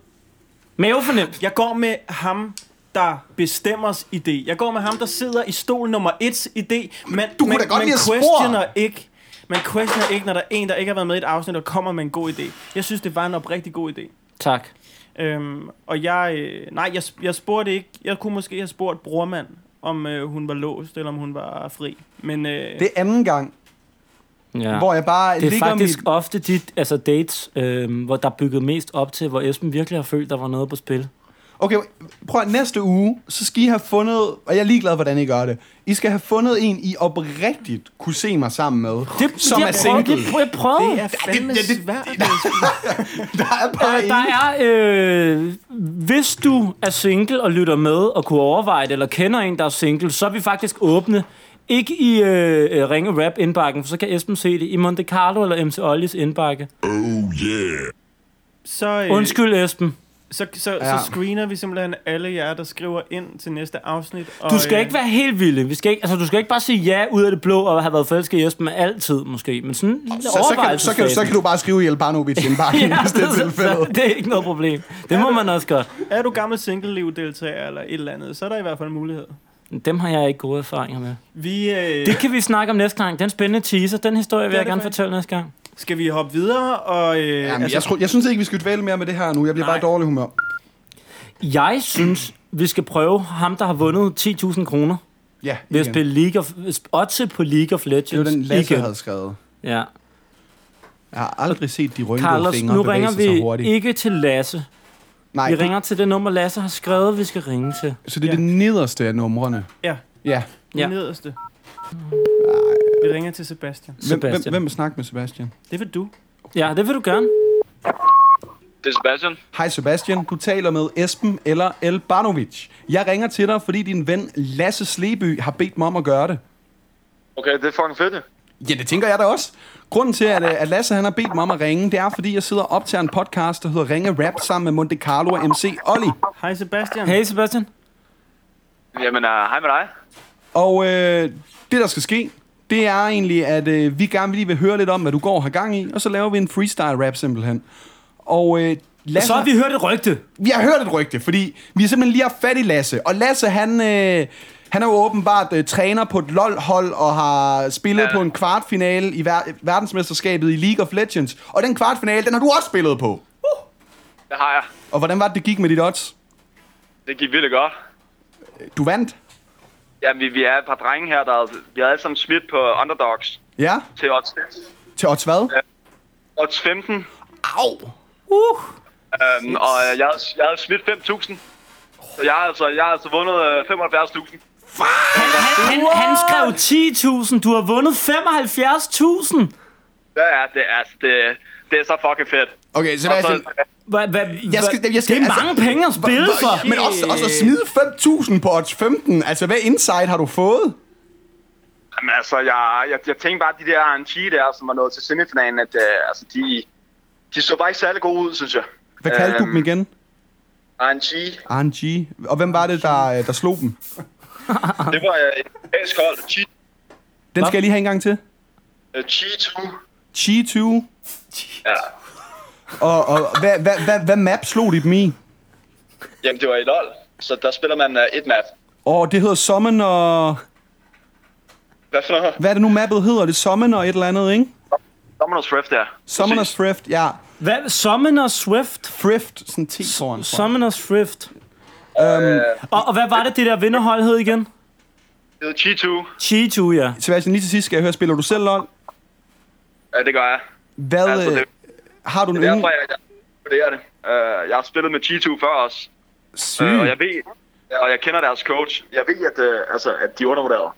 Speaker 1: Mavefornemt.
Speaker 2: Jeg går med ham, der bestemmer idé. Jeg går med ham, der sidder i stol nummer 1 idé. Man, du
Speaker 3: kunne
Speaker 2: man,
Speaker 3: da godt
Speaker 2: man
Speaker 3: lide at spore.
Speaker 2: questioner ikke. Man questioner ikke, når der er en, der ikke har været med i et afsnit, og kommer med en god idé. Jeg synes, det var en oprigtig god idé.
Speaker 1: Tak.
Speaker 2: Øhm, og jeg... Øh, nej, jeg, jeg spurgte ikke... Jeg kunne måske have spurgt brormand, om øh, hun var låst, eller om hun var fri. Men øh,
Speaker 3: Det er anden gang,
Speaker 1: Ja.
Speaker 3: hvor jeg bare
Speaker 1: det er
Speaker 3: ligger
Speaker 1: faktisk
Speaker 3: mit...
Speaker 1: mit... ofte de altså dates, øh, hvor der er bygget mest op til, hvor Esben virkelig har følt, der var noget på spil.
Speaker 3: Okay, prøv at næste uge, så skal I have fundet... Og jeg er ligeglad, hvordan I gør det. I skal have fundet en, I oprigtigt kunne se mig sammen med.
Speaker 1: Det,
Speaker 3: som
Speaker 1: jeg
Speaker 3: er
Speaker 1: prøver,
Speaker 3: single.
Speaker 1: Det, prøver, jeg prøver.
Speaker 2: det er fandme
Speaker 3: det- det-
Speaker 2: svært. altså.
Speaker 3: Der er bare
Speaker 1: Der er, øh, hvis du er single og lytter med og kunne overveje det, eller kender en, der er single, så er vi faktisk åbne. Ikke i øh, øh, Ringe Rap indbakken, for så kan Esben se det. I Monte Carlo eller MC Ollis indbakke.
Speaker 2: Så, øh,
Speaker 1: Undskyld, Esben.
Speaker 2: Så, så,
Speaker 3: Ja.
Speaker 2: så screener vi simpelthen alle jer, der skriver ind til næste afsnit. Og,
Speaker 1: Du skal
Speaker 2: øh,
Speaker 1: ikke være helt vild. Vi skal ikke, altså, du skal ikke bare sige ja ud af det blå og have været forelsket i Esben altid, måske. Men sådan en
Speaker 3: Så, så, kan, du- så, kan, så kan du bare skrive Hjælp Barnovic i en bakke, ja, hvis det er tilfældet.
Speaker 1: det er ikke noget problem. Det må man også godt.
Speaker 2: Er du gammel single-liv-deltager eller et eller andet, så er der i hvert fald mulighed.
Speaker 1: Dem har jeg ikke gode erfaringer med.
Speaker 2: Vi, øh,
Speaker 1: Det kan vi snakke om næste gang. Den spændende teaser, den historie vil
Speaker 2: er
Speaker 1: jeg
Speaker 2: det
Speaker 1: gerne
Speaker 2: for en.
Speaker 1: fortælle næste gang.
Speaker 2: Skal vi hoppe videre? Og, øh,
Speaker 3: Jamen, altså, jeg, tror, jeg synes ikke, vi skal dvæle mere med det her nu. Jeg bliver
Speaker 2: Nej.
Speaker 3: bare i dårlig humør.
Speaker 1: Jeg synes, vi skal prøve ham, der har vundet 10.000 kroner
Speaker 3: Ja,
Speaker 1: ved at
Speaker 3: igen.
Speaker 1: spille League of, Otze på League of Legends.
Speaker 3: det var den Lasse
Speaker 1: igen.
Speaker 3: havde skrevet.
Speaker 1: Ja.
Speaker 3: Jeg har aldrig set de rynkede
Speaker 1: Carlos,
Speaker 3: fingre
Speaker 1: nu
Speaker 3: bevæge
Speaker 1: ringer
Speaker 3: sig så
Speaker 1: vi
Speaker 3: hurtigt.
Speaker 1: ikke til Lasse.
Speaker 3: Nej,
Speaker 1: Vi
Speaker 3: det-
Speaker 1: ringer til det nummer, Lasse har skrevet, vi skal ringe til.
Speaker 3: så det er det nederste af numrene.
Speaker 2: Ja,
Speaker 3: Ja.
Speaker 2: den
Speaker 1: Ja.
Speaker 2: nederste. Vi ringer til Sebastian.
Speaker 3: Hvem, hvem,
Speaker 1: Sebastian.
Speaker 3: hvem vil snakke med Sebastian?
Speaker 2: Det vil du.
Speaker 1: Ja, det vil du gerne.
Speaker 6: Det er Sebastian.
Speaker 3: Hej Sebastian, du taler med Esben eller El Barnovic. Jeg ringer til dig, fordi din ven Lasse Sleby har bedt mig om at gøre det.
Speaker 6: Okay, det er fucking fedt.
Speaker 3: Ja, det tænker jeg da også. Grunden til, at, øh, at Lasse han har bedt mig om at ringe, det er, fordi jeg sidder og optager en podcast, der hedder Ringe Rap sammen med Monte Carlo og MC Olli.
Speaker 2: Hej Sebastian.
Speaker 1: Hey Sebastian.
Speaker 6: Jamen, uh, hej med dig.
Speaker 3: Og øh, det, der skal ske, det er egentlig, at øh, vi gerne lige vil høre lidt om, hvad du går og har gang i, og så laver vi en freestyle rap simpelthen. Og øh, Lasse,
Speaker 1: Så har vi hørt et rygte.
Speaker 3: vi har hørt et rygte, fordi vi har simpelthen lige haft fat i Lasse. Og Lasse, han, øh, han er jo åbenbart øh, træner på et LOL-hold og har spillet ja. på en kvartfinale i ver- verdensmesterskabet i League of Legends. Og den kvartfinale, den har du også spillet på.
Speaker 6: Det har jeg.
Speaker 3: Og hvordan var det, det gik med dit odds?
Speaker 6: Det gik vildt godt.
Speaker 3: Du vandt?
Speaker 6: Jamen, vi, vi er et par drenge her, der vi har alle sammen smidt på underdogs
Speaker 3: Ja?
Speaker 6: til odds,
Speaker 3: Til odds hvad? Ja.
Speaker 6: odds 15. Øhm,
Speaker 3: Au!
Speaker 6: og øh, jeg, havde- jeg havde smidt 5.000. Så jeg har altså, jeg har altså vundet øh, 75.000.
Speaker 1: Han, han skrev 10.000, du har vundet 75.000.
Speaker 6: Ja, ja, det er, altså, det, det er så fucking fedt.
Speaker 3: Okay,
Speaker 6: Og så,
Speaker 3: Sebastian,
Speaker 1: Hva, hva,
Speaker 3: jeg skal, jeg skal,
Speaker 1: det er mange penge at spille for.
Speaker 3: Hvor- Men også, også at smide 5.000 på odds 15. Altså, hvad insight har du fået?
Speaker 6: jamen, altså, jeg, jeg, jeg tænkte bare, at de der Anchi der, som var nået til semifinalen, at øh, altså, de, de så bare ikke særlig gode ud, synes jeg.
Speaker 3: Hvad kaldte du
Speaker 6: Øhm.
Speaker 3: dem igen?
Speaker 6: Anchi,
Speaker 3: RNG. Og hvem var det, der, øh, der slog dem?
Speaker 6: det var øh, et dansk hold. Chi,
Speaker 3: Den skal jeg lige have en gang til.
Speaker 6: øh, Chi 2.
Speaker 3: Chi 20.
Speaker 6: Ja.
Speaker 3: Og, og hvad, hvad, hvad, hvad map slog de dem i?
Speaker 6: Jamen, det var i LOL. Så der spiller man øh, et map.
Speaker 3: Og det hedder Summon og...
Speaker 6: Hvad for noget?
Speaker 3: Hvad er det nu mappet hedder? Det er Summon og et eller andet, ikke?
Speaker 6: Domino's Rift der.
Speaker 3: Summoners Thrift, ja.
Speaker 1: Hvad, Summoner Swift?
Speaker 3: Thrift, sådan 10 foran. Øhm,
Speaker 1: Summoners Rift. Um, og, og hvad var det, det der vinderhold hed igen?
Speaker 6: Det hedder Chitu.
Speaker 1: Chitu, ja.
Speaker 3: Sebastian, lige til sidst skal jeg høre, spiller du selv LOL?
Speaker 6: Ja, det gør jeg.
Speaker 3: Hvad,
Speaker 6: Altså,
Speaker 3: altså,
Speaker 6: det-
Speaker 3: har du en
Speaker 6: Det er derfor, jeg, jeg
Speaker 3: yndling?
Speaker 6: studerer det. Uh, jeg har spillet med Chitu før også,
Speaker 3: Syg.
Speaker 6: uh, og jeg ved, og jeg kender deres coach. Jeg ved, at, uh, altså, at de undervurderer.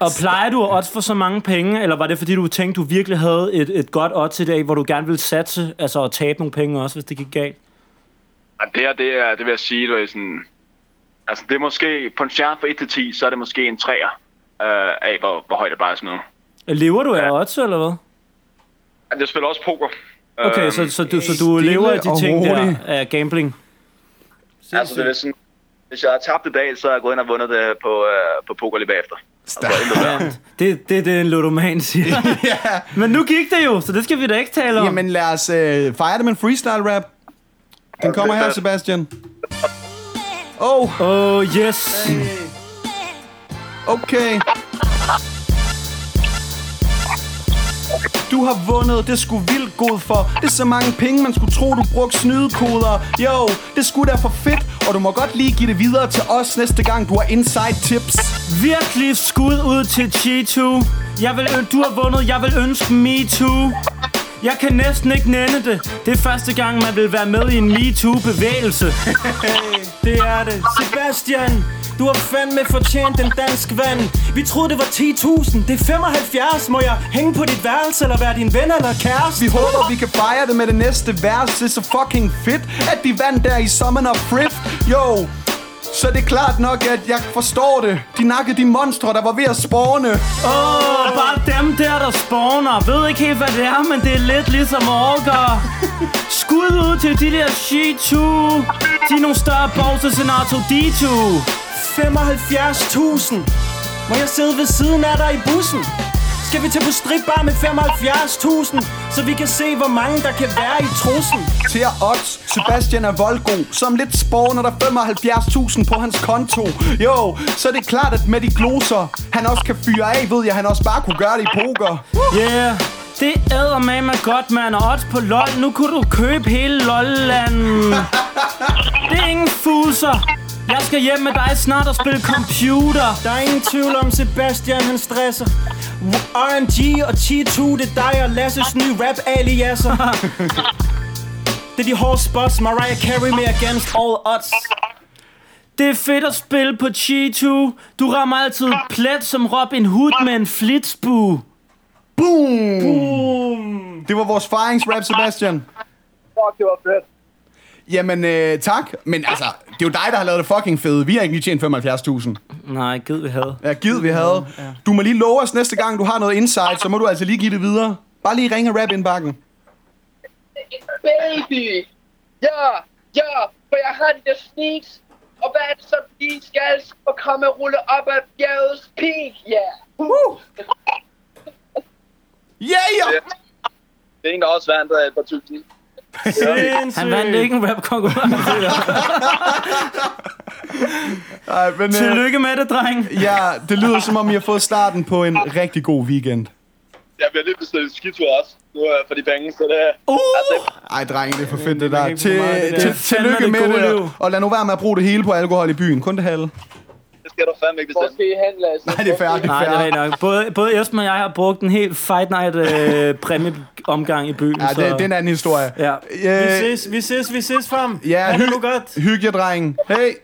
Speaker 1: Og plejer du også for så mange penge, eller var det fordi, du tænkte, du virkelig havde et, et godt odds i dag, hvor du gerne ville satse, altså og tabe nogle penge også, hvis det gik galt?
Speaker 6: Ja, det her, det, er, det vil jeg sige, det er sådan... Altså, det er måske... På en stjerne fra 1 til 10, så er det måske en 3'er øh, af, hvor, hvor højt det bare er smidt.
Speaker 1: Øh, Lever du af odds, eller hvad?
Speaker 6: Ja, det spiller også poker. Øh,
Speaker 1: Okay, så, så, du, så du lever af de
Speaker 3: og
Speaker 1: ting der
Speaker 3: roligt.
Speaker 1: af gambling.
Speaker 6: Altså, det er sådan... Hvis jeg har tabt i dag, så er jeg gået ind og vundet det på, øh, på poker lige bagefter.
Speaker 1: Det, det, det er en ludoman, siger
Speaker 3: ja.
Speaker 1: Men nu gik det jo, så det skal vi da ikke tale om.
Speaker 3: Jamen lad os øh, fejre det med en freestyle rap. Den kommer her, Sebastian. Oh,
Speaker 1: Oh, yes.
Speaker 3: okay. Du har vundet, det skulle vildt god for Det er så mange penge, man skulle tro, du brugte snydekoder Jo, det skulle da for fedt Og du må godt lige give det videre til os næste gang, du har inside tips
Speaker 1: Virkelig skud ud til Chitu. Jeg vil, ø- du har vundet, jeg vil ønske Me Too. Jeg kan næsten ikke nænde det. Det er første gang, man vil være med i en Me Too-bevægelse.
Speaker 2: Det er det. Sebastian, du har fandme fortjent en dansk vand. Vi troede, det var 10.000. Det er 75. Må jeg hænge på dit værelse, eller være din ven eller kæreste?
Speaker 3: Vi håber, vi kan fejre det med det næste vers Det er så fucking fedt, at de vandt der i Summon of Rift Jo, så det er klart nok, at jeg forstår det De nakkede de monstre, der var ved at spåne
Speaker 1: Åh, oh, bare dem der, der spawner. Ved ikke helt, hvad det er, men det er lidt ligesom orker. Skud ud til de der Chitu. De er nogle større bosses end Arto D2.
Speaker 2: 75.000. Må jeg sidde ved siden af dig i bussen? Skal vi tage på stripbar med 75.000, så vi kan se, hvor mange der kan være i trussen?
Speaker 3: Til at odds, Sebastian er voldgod Som lidt spawner der 75.000 på hans konto Jo, så det er klart, at med de gloser Han også kan fyre af, ved jeg, han også bare kunne gøre det i poker
Speaker 1: Yeah. Det æder med mig godt, mand. Og odds på LOL. Nu kunne du købe hele LOL-land. Det er ingen fuser. Jeg skal hjem med dig snart og spille computer.
Speaker 2: Der er ingen tvivl om Sebastian, han stresser RNG og T2, det er dig og Lasses nye rap aliaser Det er de hårde spots, Mariah Carey med Against All Odds
Speaker 1: Det er fedt at spille på Cheeto. Du rammer altid plet som Robin Hood med en flitsbue.
Speaker 3: Boom! Boom! Det var vores fejringsrap, Sebastian
Speaker 5: Fuck, det var fedt.
Speaker 3: Jamen, øh, tak. Men altså, det er jo dig, der har lavet det fucking fede. Vi har ikke lige tjent 75.000.
Speaker 1: Nej, gid vi havde.
Speaker 3: Ja, givet vi havde. Du må lige love os næste gang, du har noget insight, så må du altså lige give det videre. Bare lige ringe rap indbakken.
Speaker 5: Baby! Ja, ja, for jeg har de der sneaks. Og hvad er det så, de skal og komme og rulle op ad bjergets peak? Ja. Yeah.
Speaker 3: Woo! Yeah, yeah!
Speaker 6: Det er en, der også vandt øh, et par tusind.
Speaker 1: Han vandt ikke en rap-konkurrence.
Speaker 3: Ej, men, øh,
Speaker 1: Tillykke med det, dreng.
Speaker 3: ja, det lyder som om, I har fået starten på en rigtig god weekend.
Speaker 6: Jeg bliver lidt bestilt skitur også, nu øh, for de penge, så det er...
Speaker 3: Uh! Ej, dreng, det er for fedt, det der.
Speaker 1: kan ikke få meget af det
Speaker 3: Til,
Speaker 1: der.
Speaker 3: til,
Speaker 1: Det er fandme
Speaker 3: tillykke
Speaker 1: det
Speaker 3: med
Speaker 1: gode
Speaker 3: det,
Speaker 1: liv.
Speaker 3: der. og lad nu være med at bruge det hele på alkohol i byen. Kun det halve.
Speaker 6: Det skal du fandme ikke
Speaker 5: Hvor skal I hen, Lasse?
Speaker 3: Nej, det er færdigt.
Speaker 1: Nej, det er rigtig nok. Både, både Esben og jeg har brugt en helt Fight Night øh, præmieomgang i byen.
Speaker 3: Ja, det, det er en anden historie.
Speaker 1: Ja.
Speaker 2: Vi
Speaker 3: Øh,
Speaker 2: ses, vi ses, vi ses frem
Speaker 3: Ja,
Speaker 2: Ha' det nu
Speaker 3: hy-
Speaker 2: godt
Speaker 3: Hyg jer, drengen. Hey!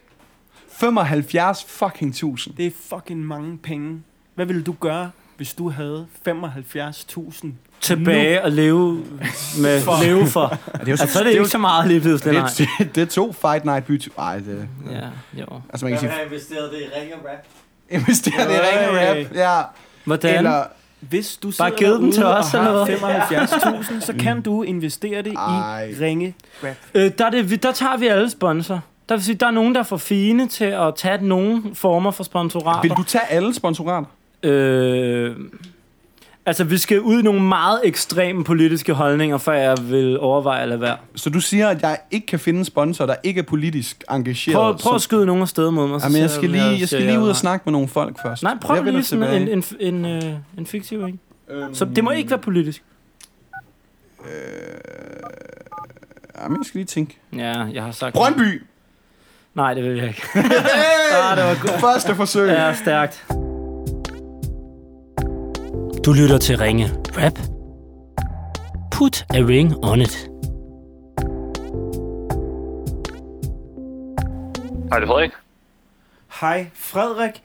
Speaker 3: 75 fucking tusind.
Speaker 2: Det er fucking mange penge Hvad ville du gøre, hvis du havde 75.000?
Speaker 1: Tilbage og leve, med, leve for.
Speaker 3: Det er jo
Speaker 1: Altså, så er det ikke så meget lige pludselig, nej.
Speaker 3: det, det, det er to Fight Night Byty. Nej, det,
Speaker 1: Ja, jo.
Speaker 3: altså man kan
Speaker 4: Jeg
Speaker 3: sige,
Speaker 4: har investeret det i ring og rap.
Speaker 3: investere det i ringe rap. Ja.
Speaker 1: Hvordan?
Speaker 3: Eller,
Speaker 2: Hvis du
Speaker 1: Bare
Speaker 2: sidder
Speaker 1: giv den
Speaker 2: derude
Speaker 1: til os,
Speaker 2: og
Speaker 1: eller hvad? Mm.
Speaker 2: har 75.000, så kan du investere det
Speaker 3: Ej.
Speaker 2: i ringe
Speaker 1: Øh, der, er det, vi- der tager vi alle sponsor. Der vil sige, der er nogen, der er for fine til at tage nogen former for sponsorater.
Speaker 3: vil du tage alle sponsorater?
Speaker 1: Øh, altså, vi skal ud i nogle meget ekstreme politiske holdninger, før jeg vil overveje at lade være.
Speaker 3: Så du siger, at jeg ikke kan finde en sponsor, der ikke er politisk engageret?
Speaker 1: Prøv, prøv at
Speaker 3: så,
Speaker 1: skyde nogen afsted mod mig. så
Speaker 3: jamen, jeg
Speaker 1: ser
Speaker 3: skal
Speaker 1: om
Speaker 3: lige, jeg
Speaker 1: siger
Speaker 3: skal lige
Speaker 1: ja
Speaker 3: ud og
Speaker 1: eller
Speaker 3: snakke med nogle folk først.
Speaker 1: nej. Nej, prøv
Speaker 3: Jeg
Speaker 1: lige
Speaker 3: vender
Speaker 1: sådan
Speaker 3: tilbage. Øhm.
Speaker 1: en, en, en, øh, en fiktiv, ikke? Så det må ikke være politisk.
Speaker 3: Jamen, jeg skal lige tænke.
Speaker 1: Ja, jeg har sagt...
Speaker 3: Brøndby!
Speaker 1: Nej, det vil jeg ikke.
Speaker 3: Hey!
Speaker 1: Ah, det var
Speaker 3: Første forsøg.
Speaker 1: Ja, stærkt. Du lytter til Ringe Rap. Put a ring on it.
Speaker 6: Hej, det er Frederik.
Speaker 2: Hej Frederik,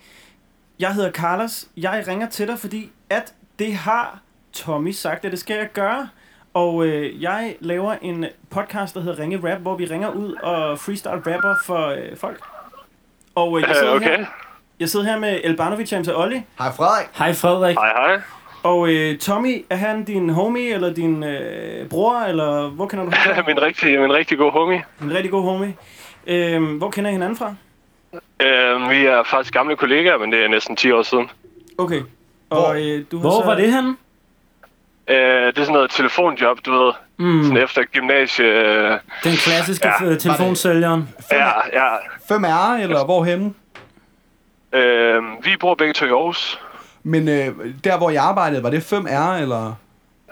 Speaker 2: jeg hedder Carlos. Jeg ringer til dig, fordi at det har Tommy sagt, at det skal jeg gøre. Og øh, jeg laver en podcast, der hedder Ringe Rap, hvor vi ringer ud og freestyle rapper for øh, folk. Og øh, jeg,
Speaker 6: Øh,
Speaker 2: sidder
Speaker 6: okay.
Speaker 2: her, jeg sidder her med Elbanovic og MC Olli.
Speaker 10: Hej Frederik.
Speaker 1: Hej Frederik.
Speaker 6: Hej, hej.
Speaker 2: Og øh, Tommy, er han din homie, eller din øh, bror, eller hvor kender du
Speaker 6: Det er
Speaker 2: ham
Speaker 6: min rigtig, min rigtig god homie.
Speaker 2: fra? En rigtig god homie. Øhm, hvor kender I hinanden fra?
Speaker 6: Øh, vi er faktisk gamle kollegaer, men det er næsten 10 år siden.
Speaker 2: Okay. Og, øh, du har
Speaker 1: Hvor
Speaker 2: så...
Speaker 1: var det henne?
Speaker 6: Øh, det er sådan noget telefonjob, du ved. Mm. Sådan efter gymnasie. Øh,
Speaker 1: Den klassiske ja, telefonsælgeren.
Speaker 6: ja, ja.
Speaker 3: 5R, eller hvorhen?
Speaker 6: Øh, vi bor begge to i Aarhus.
Speaker 3: Men øh, der, hvor jeg arbejdede, var det 5R, eller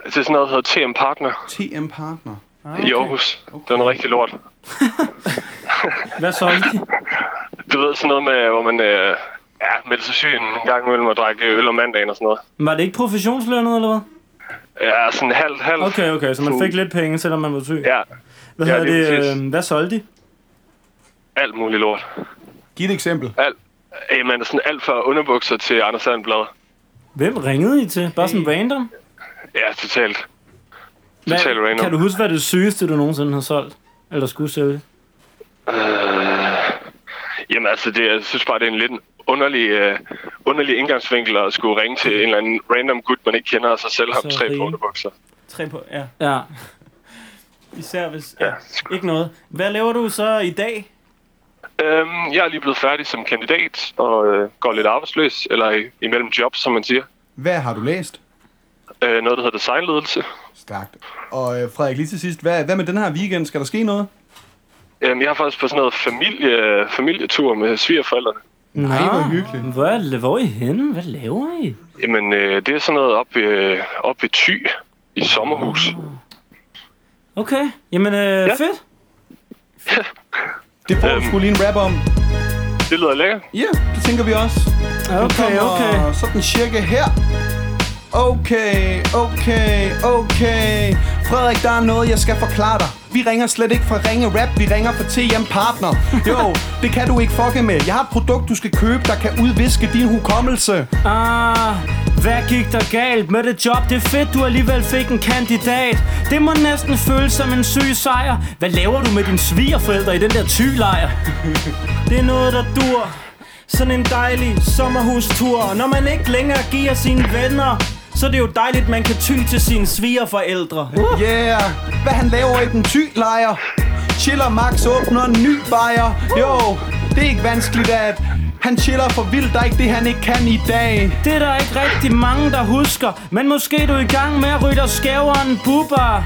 Speaker 6: Det er sådan noget, der hedder TM Partner
Speaker 3: TM Partner?
Speaker 2: Ah,
Speaker 6: okay. i Aarhus. Okay. Det var noget rigtig lort.
Speaker 1: Hvad så?
Speaker 6: Du ved, sådan noget med, hvor man øh, ja, meldte sig syg en gang imellem og drak øl om mandagen og sådan noget.
Speaker 1: Var det ikke professionslønnet, eller hvad?
Speaker 6: Ja, sådan halvt, halvt.
Speaker 1: Okay, okay, så man fik lidt penge, selvom man var syg.
Speaker 6: Ja,
Speaker 1: Hvad,
Speaker 6: ja,
Speaker 1: hedder
Speaker 6: lige præcis.
Speaker 1: det, øh, hvad solgte de?
Speaker 6: alt muligt lort.
Speaker 3: Giv et eksempel.
Speaker 6: Alt. Jamen, sådan alt fra underbukser til Anders Sandblad.
Speaker 1: Hvem ringede I til? Bare sådan random?
Speaker 6: Ja, totalt.
Speaker 1: Hvad,
Speaker 6: Total random.
Speaker 1: kan du huske, hvad det sygeste, du nogensinde har solgt? Eller skulle sælge?
Speaker 6: Jamen altså, det, jeg synes bare, det er en lidt underlig, øh, underlig indgangsvinkel at skulle ringe til en eller anden random gut, man ikke kender, og så sælge ham
Speaker 1: Så
Speaker 6: tre
Speaker 1: rige.
Speaker 6: på underbukser.
Speaker 2: Tre på, ja.
Speaker 1: Ja.
Speaker 2: Især hvis... Ja,
Speaker 6: sgu.
Speaker 2: ikke noget. Hvad laver du så i dag?
Speaker 6: Øhm, jeg er lige blevet færdig som kandidat og øh, går lidt arbejdsløs, eller i, imellem jobs, som man siger.
Speaker 3: Hvad har du læst?
Speaker 6: Øh, noget, der hedder designledelse.
Speaker 3: Stærkt. Og øh, Frederik, lige til sidst, hvad, hvad med den her weekend? Skal der ske noget?
Speaker 6: Øhm, jeg har faktisk på sådan noget familie, familietur med svigerforældrene.
Speaker 1: Nej,
Speaker 3: hvor hyggeligt.
Speaker 1: Hvad, hvor er I henne? Hvad laver I?
Speaker 6: Jamen, øh, det er sådan noget op, øh, op i Thy, i et sommerhus.
Speaker 1: Okay, jamen øh, ja. fedt.
Speaker 3: Det får du
Speaker 6: Øhm.
Speaker 3: sgu lige en rap om.
Speaker 6: Det lyder lækkert.
Speaker 3: Ja, yeah, det tænker vi også.
Speaker 1: Okay, okay.
Speaker 3: Og sådan cirka her. Okay, okay, okay. Frederik, der er noget, jeg skal forklare dig. Vi ringer slet ikke fra Ringe Rap, vi ringer fra TM Partner. Jo, det kan du ikke fucke med. Jeg har et produkt, du skal købe, der kan udviske din hukommelse.
Speaker 1: Ah, hvad gik der galt med det job? Det er fedt, du alligevel fik en kandidat. Det må næsten føles som en syg sejr. Hvad laver du med dine svigerforældre i den der tylejr?
Speaker 2: Det er noget, der dur. Sådan en dejlig sommerhustur. Når man ikke længere giver sine venner, så er det jo dejligt, man kan ty til sine svigerforældre.
Speaker 1: Uh.
Speaker 3: Yeah, hvad han laver i den ty-lejr. Chiller Max åbner en ny bajer. Jo, det er ikke vanskeligt at... Han chiller for vildt, der er ikke det, han ikke kan i dag.
Speaker 1: Det er der ikke rigtig mange, der husker. Men måske er du i gang med at rytte skæveren buber.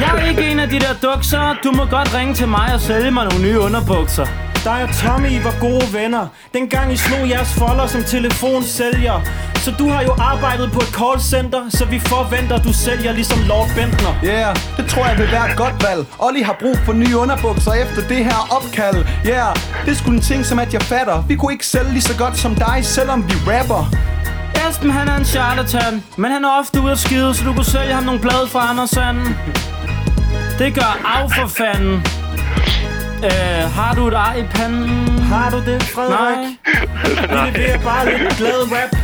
Speaker 1: Jeg er ikke en af de der dukser. Du må godt ringe til mig og sælge mig nogle nye underbukser.
Speaker 2: Dig og Tommy I var gode venner Dengang I slog jeres folder som telefonsælger Så du har jo arbejdet på et callcenter Så vi forventer du sælger ligesom Lord Bentner
Speaker 3: Yeah, det tror jeg vil være et godt valg. Olli har brug for nye underbukser efter det her opkald. Yeah, det skulle en ting, som at jeg fatter. Vi kunne ikke sælge lige så godt som dig, selvom vi rapper.
Speaker 1: Esben han er en charlatan, men han er ofte ude at skide, så du kunne sælge ham nogle blade fra Andersanden. Det gør af for fanden. Øh, har du et ar i panden?
Speaker 2: Har du det Frederik?
Speaker 1: Nej.
Speaker 2: Nej. Det er bare lidt glad rap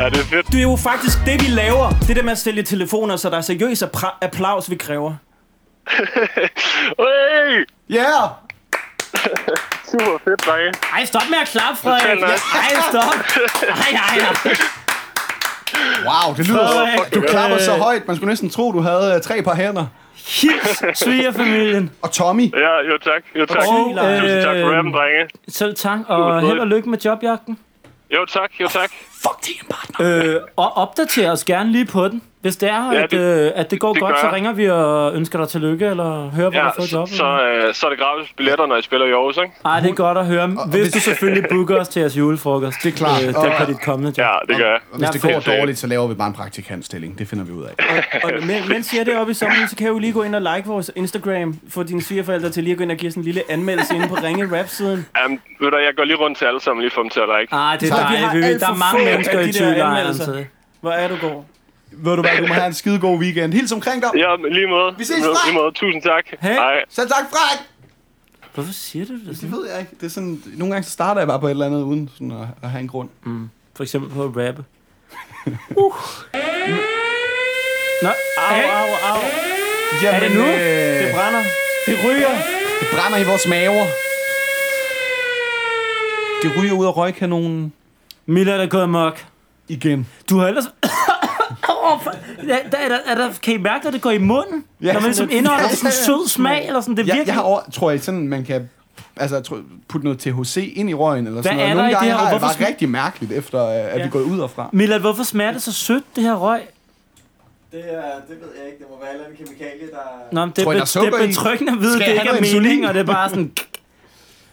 Speaker 6: Ja, det er fedt.
Speaker 2: Det er jo faktisk det vi laver Det der med at sælge telefoner Så der er seriøs appra- applaus vi kræver
Speaker 6: Hey!
Speaker 3: Yeah!
Speaker 6: Super fedt, drenge.
Speaker 1: Ej, stop med at klappe, Frederik.
Speaker 6: Total nice.
Speaker 1: Ej, stop. Ej, ej, ej.
Speaker 3: Wow, det lyder...
Speaker 1: Frederik,
Speaker 3: Du klapper så højt, man skulle næsten tro, du havde øh, tre par hænder.
Speaker 1: Hils svigerfamilien.
Speaker 3: Og Tommy,
Speaker 6: Ja, jo tak. Jo tak.
Speaker 1: Og,
Speaker 6: Tusind tak for
Speaker 1: øh,
Speaker 6: rappen, drenge.
Speaker 1: Selv tak, og
Speaker 6: Frederik.
Speaker 1: held og lykke med jobjagten.
Speaker 6: Jo tak,
Speaker 1: Ah,
Speaker 6: jo tak.
Speaker 1: Øh, og opdater os gerne lige på den. Hvis det er,
Speaker 6: Ja,
Speaker 1: at,
Speaker 6: det-
Speaker 1: øh, at det går
Speaker 6: det
Speaker 1: godt,
Speaker 6: gør
Speaker 1: så
Speaker 6: jeg.
Speaker 1: ringer vi og ønsker dig tillykke, eller hører, hvor du
Speaker 6: Ja,
Speaker 1: har fået
Speaker 6: så,
Speaker 1: jobbet.
Speaker 6: så, øh, så er det gratis billetter, når I spiller i Aarhus, ikke?
Speaker 1: Ej, det er godt at høre. Hvis du selvfølgelig booker os til jeres julefrokost. Det er
Speaker 10: klart.
Speaker 1: Øh, der på dit kommende job.
Speaker 6: Ja, det gør jeg.
Speaker 10: Og hvis
Speaker 1: Ja,
Speaker 10: det går
Speaker 6: fedt.
Speaker 10: dårligt, så laver vi bare en praktikantstilling. Det finder vi ud af.
Speaker 2: Og men, mens I er deroppe i sommeren Så kan jeg jo lige gå ind og like vores Instagram Få dine svigerforældre til lige at gå ind og give os en lille anmeldelse Inde på Ringe Rap siden
Speaker 6: Jamen, ved du, hvad, jeg går lige rundt til alle sammen, lige for dem til at like.
Speaker 1: Ah, det er
Speaker 10: Tak.
Speaker 2: Vi har
Speaker 1: dejligt, Vivi.
Speaker 2: alt
Speaker 1: Der
Speaker 2: for
Speaker 1: er mange
Speaker 2: få
Speaker 1: mennesker
Speaker 2: af
Speaker 1: i
Speaker 2: de der
Speaker 1: tvivlejren
Speaker 2: anmeldelser.
Speaker 1: til.
Speaker 2: Hvor er du god?
Speaker 3: Ved du hvad, du må have en skide god weekend. Hils omkring dig.
Speaker 6: Ja, men lige måde.
Speaker 3: Vi ses snart.
Speaker 6: Lige måde. Tusind tak.
Speaker 1: Hej.
Speaker 6: Hej.
Speaker 3: Selv tak, Frank!
Speaker 1: Hvorfor siger du det?
Speaker 3: Det
Speaker 1: Sådan?
Speaker 3: ved jeg ikke. Det er sådan, nogle gange så starter jeg bare på et eller andet, uden sådan at, at have en grund.
Speaker 1: For eksempel på at rappe. Uh. Nå, hey,
Speaker 2: Au, au.
Speaker 3: Jamen,
Speaker 1: det nu?
Speaker 3: Øh,
Speaker 2: Det brænder.
Speaker 1: det ryger.
Speaker 3: det brænder i vores maver. Det ryger ud af røgkanonen
Speaker 1: Mila, der er gået amok.
Speaker 3: igen.
Speaker 1: Du har ellers... Åh, for- Ja, der, er der, er der, kan I mærke, at det går i munden? Ja,
Speaker 3: Ja,
Speaker 1: Når man ligesom
Speaker 3: sådan-
Speaker 1: indeholder sådan en
Speaker 3: Ja, ja,
Speaker 1: sød smag, eller sådan, det er
Speaker 3: Jeg, jeg
Speaker 1: virkelig...
Speaker 3: har over, tror jeg, sådan, man kan altså, jeg tror- putte noget THC ind i røgen, eller sådan
Speaker 1: Hvad
Speaker 3: noget.
Speaker 1: er der i
Speaker 3: Nogle
Speaker 1: det
Speaker 3: gange
Speaker 1: her?
Speaker 3: har jeg
Speaker 1: Hvorfor
Speaker 3: bare
Speaker 1: skal-
Speaker 3: rigtig mærkeligt, efter øh, at vi er gået ud herfra.
Speaker 1: Milad, hvorfor smager det så sødt, det her røg?
Speaker 4: Det, er, det ved jeg ikke. Det må være en eller anden kemikalie, der...
Speaker 1: Nå, men det,
Speaker 3: Tror I,
Speaker 1: be,
Speaker 3: der er
Speaker 1: det
Speaker 3: sukker
Speaker 1: er
Speaker 3: i?
Speaker 1: betryggende at vide,
Speaker 3: Skal
Speaker 1: det
Speaker 3: jeg
Speaker 1: ikke
Speaker 3: have
Speaker 1: er
Speaker 3: noget insulin?
Speaker 1: mening, og det er bare sådan...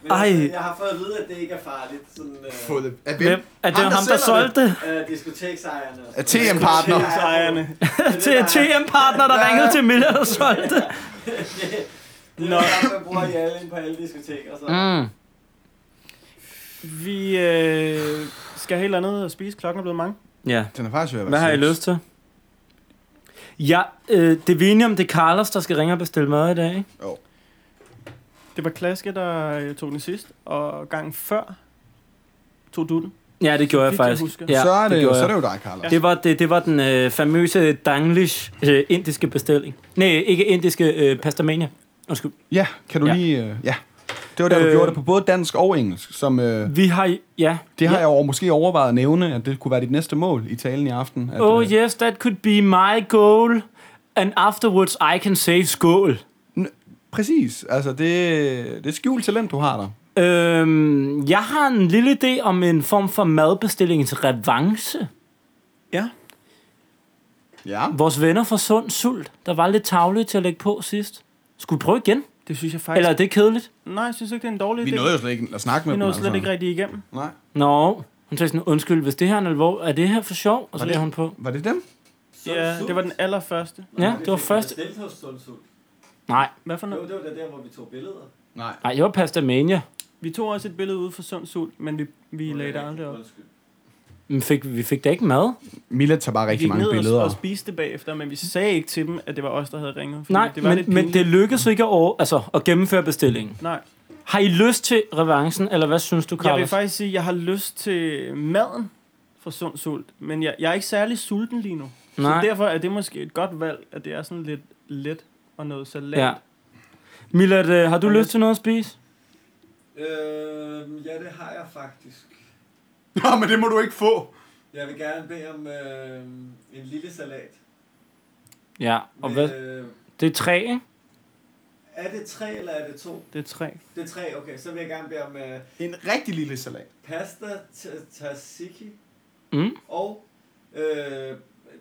Speaker 4: Men altså,
Speaker 1: Ej.
Speaker 4: Jeg har fået at vide, at det ikke er farligt. Sådan, øh,
Speaker 3: det. Er det,
Speaker 1: Hvem? Er det ham, der
Speaker 3: sælger det?
Speaker 1: solgte det?
Speaker 4: øh, diskoteksejerne. og
Speaker 3: Er
Speaker 4: sådan
Speaker 3: TM-partner.
Speaker 2: Ejerne.
Speaker 4: noget.
Speaker 1: Til TM-partner, der ringede til Miller og solgte det.
Speaker 4: Det er det, man bruger i alle, på alle diskoteker. Så.
Speaker 1: Mm.
Speaker 2: Vi øh, skal helt andet og spise. Klokken er blevet mange.
Speaker 1: Ja,
Speaker 3: Den er faktisk ved at være
Speaker 1: hvad har I
Speaker 3: seks.
Speaker 1: lyst til? Ja, øh, det er vi enige om, det er Carlos, der skal ringe og bestille mad i dag, ikke?
Speaker 2: Det var Klaske, der øh, tog den sidst, og gangen før tog du den.
Speaker 1: Ja, det gjorde jeg
Speaker 2: vidt jeg
Speaker 1: faktisk.
Speaker 2: husker.
Speaker 1: Ja,
Speaker 3: så, er det,
Speaker 1: gjorde
Speaker 3: så
Speaker 1: jeg.
Speaker 3: er det jo dig, Carlos.
Speaker 1: Det var, det, det var den øh, famøse danglish øh, indiske bestilling. Nej, ikke indiske øh, pastamania. Undskyld.
Speaker 3: Ja, kan du
Speaker 1: Ja.
Speaker 3: ja. lige... Øh, ja. Det var der, du
Speaker 1: Øh,
Speaker 3: gjorde det på både dansk og engelsk, som... Øh,
Speaker 1: Vi har... Ja.
Speaker 3: det har
Speaker 1: ja.
Speaker 3: jeg over, måske overvejet at nævne, at det kunne være dit næste mål i talen i aften. At,
Speaker 1: Oh
Speaker 3: øh,
Speaker 1: yes, that could be my goal. And afterwards I can say skål.
Speaker 3: Præcis. Altså, det, det er skjult talent, du har der.
Speaker 1: Øhm, jeg har en lille idé om en form for madbestilling til revanche.
Speaker 2: Ja.
Speaker 3: Ja.
Speaker 1: Vores venner fra Sund Sult, der var lidt tavlige til at lægge på sidst. Skulle vi prøve igen?
Speaker 2: Det synes jeg faktisk...
Speaker 1: Eller er det kedeligt?
Speaker 2: Nej, jeg synes ikke, det er en dårlig
Speaker 3: Vi
Speaker 2: idé.
Speaker 3: nåede jo altså. slet ikke at snakke med
Speaker 2: Vi
Speaker 3: dem.
Speaker 2: nåede slet ikke rigtig igennem.
Speaker 3: Nej.
Speaker 1: Nå, hun sagde sådan, undskyld, hvis det her er en alvor, er det her for sjov? Og så
Speaker 3: det-
Speaker 1: lagde hun på.
Speaker 3: Var det dem?
Speaker 2: Ja, det var den allerførste.
Speaker 1: Ja, det var første...
Speaker 4: Bestilt hos Sundsund.
Speaker 1: Nej,
Speaker 2: Hvad for
Speaker 4: Jo,
Speaker 2: noget?
Speaker 4: det var da der, hvor vi tog billeder.
Speaker 3: Nej.
Speaker 1: nej, det var pastamania.
Speaker 2: Vi tog også et billede ude for Sund Sol, men vi, vi lagde det aldrig op.
Speaker 4: Undskyld.
Speaker 1: Men fik, vi fik da ikke mad.
Speaker 3: Mila tager bare
Speaker 2: Vi
Speaker 3: rigtig
Speaker 2: gik
Speaker 3: mange
Speaker 2: ned
Speaker 3: billeder.
Speaker 2: og, og spiste det bagefter, men vi sagde ikke til dem, at det var os, der havde ringet. fordi
Speaker 1: Nej,
Speaker 2: det var
Speaker 1: men,
Speaker 2: lidt
Speaker 1: men
Speaker 2: pinligt.
Speaker 1: det lykkedes ikke at, over, altså, at gennemføre bestillingen.
Speaker 2: Nej,
Speaker 1: Har I lyst til revancen, eller hvad synes du,
Speaker 2: jeg vil
Speaker 1: Carlos?
Speaker 2: faktisk sige, at jeg har lyst til maden fra Sund Sult, men jeg, jeg er ikke særlig sulten lige nu.
Speaker 1: Nej.
Speaker 2: Så derfor er det måske et godt valg, at det er sådan lidt let og noget salat.
Speaker 1: Ja. Milad, øh, har du
Speaker 2: Og jeg-
Speaker 1: lyst til noget at spise?
Speaker 4: Øh, ja, det har jeg faktisk.
Speaker 3: Nå, men det må du ikke få.
Speaker 4: Jeg vil gerne bede om øh, en lille salat.
Speaker 1: Ja, og hvad?
Speaker 4: Øh,
Speaker 1: Det er tre, ikke?
Speaker 4: er det tre eller er det to?
Speaker 2: Det er tre.
Speaker 4: Det er tre, okay. Så vil jeg gerne bede om øh,
Speaker 3: En rigtig lille salat.
Speaker 4: pasta, t- tzatziki
Speaker 1: Mm.
Speaker 4: og øh,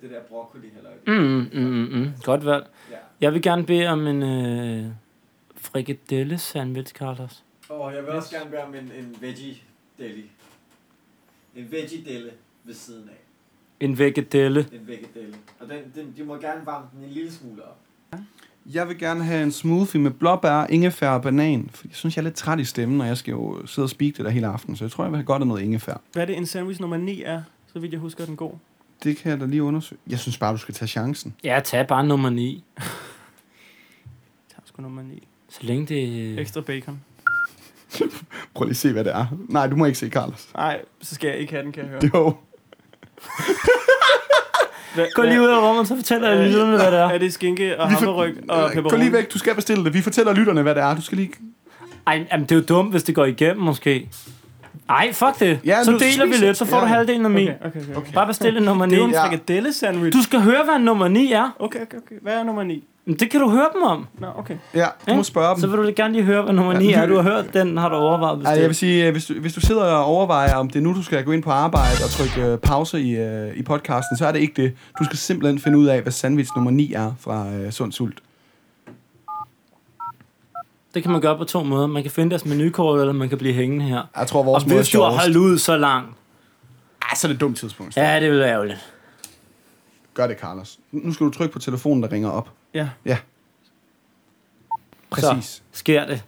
Speaker 4: det der broccoli heller ikke.
Speaker 1: Mm, mm, mm, mm. Godt valg.
Speaker 4: Ja.
Speaker 1: Jeg vil gerne bede om en øh, frikadelle sandwich, Carlos.
Speaker 4: Og jeg vil også gerne bede om en, en veggie deli. En veggie delle ved siden af.
Speaker 1: En vegadelle.
Speaker 4: En vegadelle. Og den, den, de må gerne varme den en lille smule op.
Speaker 3: Jeg vil gerne have en smoothie med blåbær, ingefær og banan. For jeg synes, jeg er lidt træt i stemmen, og jeg skal jo sidde og speak det der hele aften. Så jeg tror, jeg vil have godt af noget ingefær.
Speaker 2: Hvad er det, en sandwich nummer 9 er, så vidt jeg husker, er den går.
Speaker 3: Det kan jeg da lige undersøge. Jeg synes bare, du skal tage chancen.
Speaker 1: Ja, tag bare nummer 9.
Speaker 2: Jeg tager sgu nummer 9.
Speaker 1: Så længe det... øh,
Speaker 2: Ekstra bacon.
Speaker 3: Prøv lige at se, hvad det er. Nej, du må ikke se, Carlos.
Speaker 2: Nej, så skal jeg ikke have den, kan jeg høre.
Speaker 3: Jo.
Speaker 2: Hva,
Speaker 1: Gå lige ud af rummet, så fortæller jeg lyderne, hvad det
Speaker 2: Er
Speaker 1: er.
Speaker 2: det skinke og
Speaker 3: Vi for-
Speaker 2: hammerryg og
Speaker 3: Gå lige
Speaker 2: pepperoni?
Speaker 3: væk, du skal bestille det. Vi fortæller lytterne, hvad det er. Du skal lige...
Speaker 1: Ej, jamen, det er jo dumt, hvis det går igennem, måske. Ej, fuck det.
Speaker 3: Ja,
Speaker 1: så
Speaker 3: nu
Speaker 1: deler vi
Speaker 3: spiser-
Speaker 1: lidt, så får
Speaker 3: Ja.
Speaker 1: du halvdelen af min.
Speaker 2: Okay, okay, okay. okay.
Speaker 1: Bare bestil en nummer 9.
Speaker 2: Det er jo en
Speaker 3: Ja.
Speaker 2: frikadelle-sandwich.
Speaker 1: Du skal høre, hvad en nummer 9 er.
Speaker 2: Okay, okay, okay. Hvad er nummer 9?
Speaker 1: Men Det kan du høre dem om.
Speaker 2: Nå, okay.
Speaker 3: Ja, du må
Speaker 1: Ikke?
Speaker 3: spørge dem.
Speaker 1: Så vil du gerne lige høre, hvad nummer
Speaker 3: Ja,
Speaker 1: 9 er.
Speaker 3: det-
Speaker 1: Du har hørt den, har du overvejet
Speaker 3: Ej, jeg vil
Speaker 1: bestemt.
Speaker 3: sige, øh, hvis du, hvis du sidder og overvejer, om det er nu, du skal gå ind på arbejde og trykke øh, pause i, øh, i podcasten, så er det ikke det. Du skal simpelthen finde ud af, hvad sandwich nummer 9 er fra øh, Sund Sult.
Speaker 1: Det kan man gøre på to måder. Man kan finde deres menukort, eller man kan blive hængende her.
Speaker 3: Jeg tror,
Speaker 1: Og
Speaker 3: vores måde er
Speaker 1: hvis du har
Speaker 3: sjovest.
Speaker 1: holdt ud så langt.
Speaker 3: Ah, så er det et dumt tidspunkt.
Speaker 1: Ja, det vil være ærgerligt.
Speaker 3: Gør det, Carlos. Nu skal du trykke på telefonen, der ringer op.
Speaker 2: Ja.
Speaker 3: Ja. Præcis.
Speaker 1: Så sker det.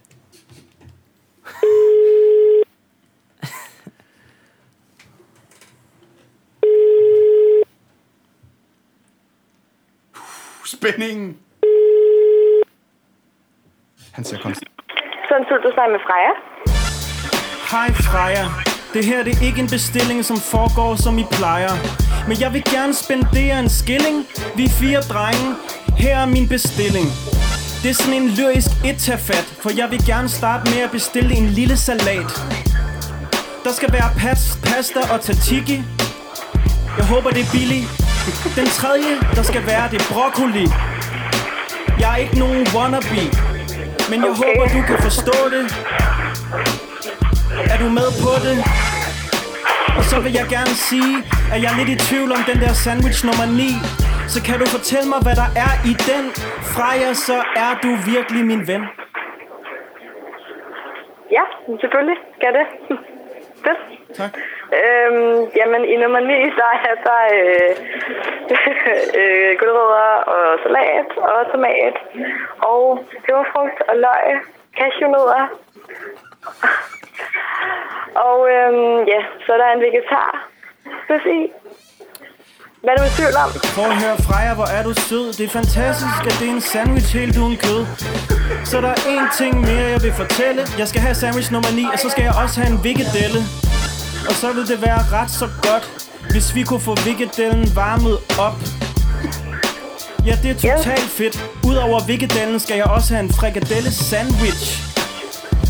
Speaker 3: Spændingen. Han ser konstant.
Speaker 11: Sådan tid, du snakker med Freja.
Speaker 2: Hej Freja. Det her det er ikke en bestilling, som foregår som I plejer. Men jeg vil gerne spendere en skilling. Vi er fire drenge. Her er min bestilling. Det er sådan en lyrisk et fat, for jeg vil gerne starte med at bestille en lille salat. Der skal være pas, pasta og tatiki. Jeg håber, det er billigt. Den tredje, der skal være, det er broccoli. Jeg er ikke nogen wannabe, men jeg okay. håber, du kan forstå det. Er du med på det? Og så vil jeg gerne sige, at jeg er lidt i tvivl om den der sandwich nummer 9. Så kan du fortælle mig, hvad der er i den? Freja, så er du virkelig min ven.
Speaker 11: Ja, selvfølgelig skal jeg det. Fedt.
Speaker 2: Tak.
Speaker 11: Øhm, jamen, i nummer 9, der er der øh, øh, gulerødder og salat og tomat og peberfrugt og løg, cashewnødder. Og øhm, ja, så er der en vegetar. Skal i. Hvad er du i tvivl om?
Speaker 2: Prøv at høre, Freja, hvor er du sød. Det er fantastisk, at det er en sandwich helt uden kød. Så der er én ting mere, jeg vil fortælle. Jeg skal have sandwich nummer 9, og så skal jeg også have en vikkedelle. Og så ville det være ret så godt, hvis vi kunne få vikkedellen varmet op. Ja, det er totalt fedt. Udover vikkedellen skal jeg også have en frikadelle sandwich.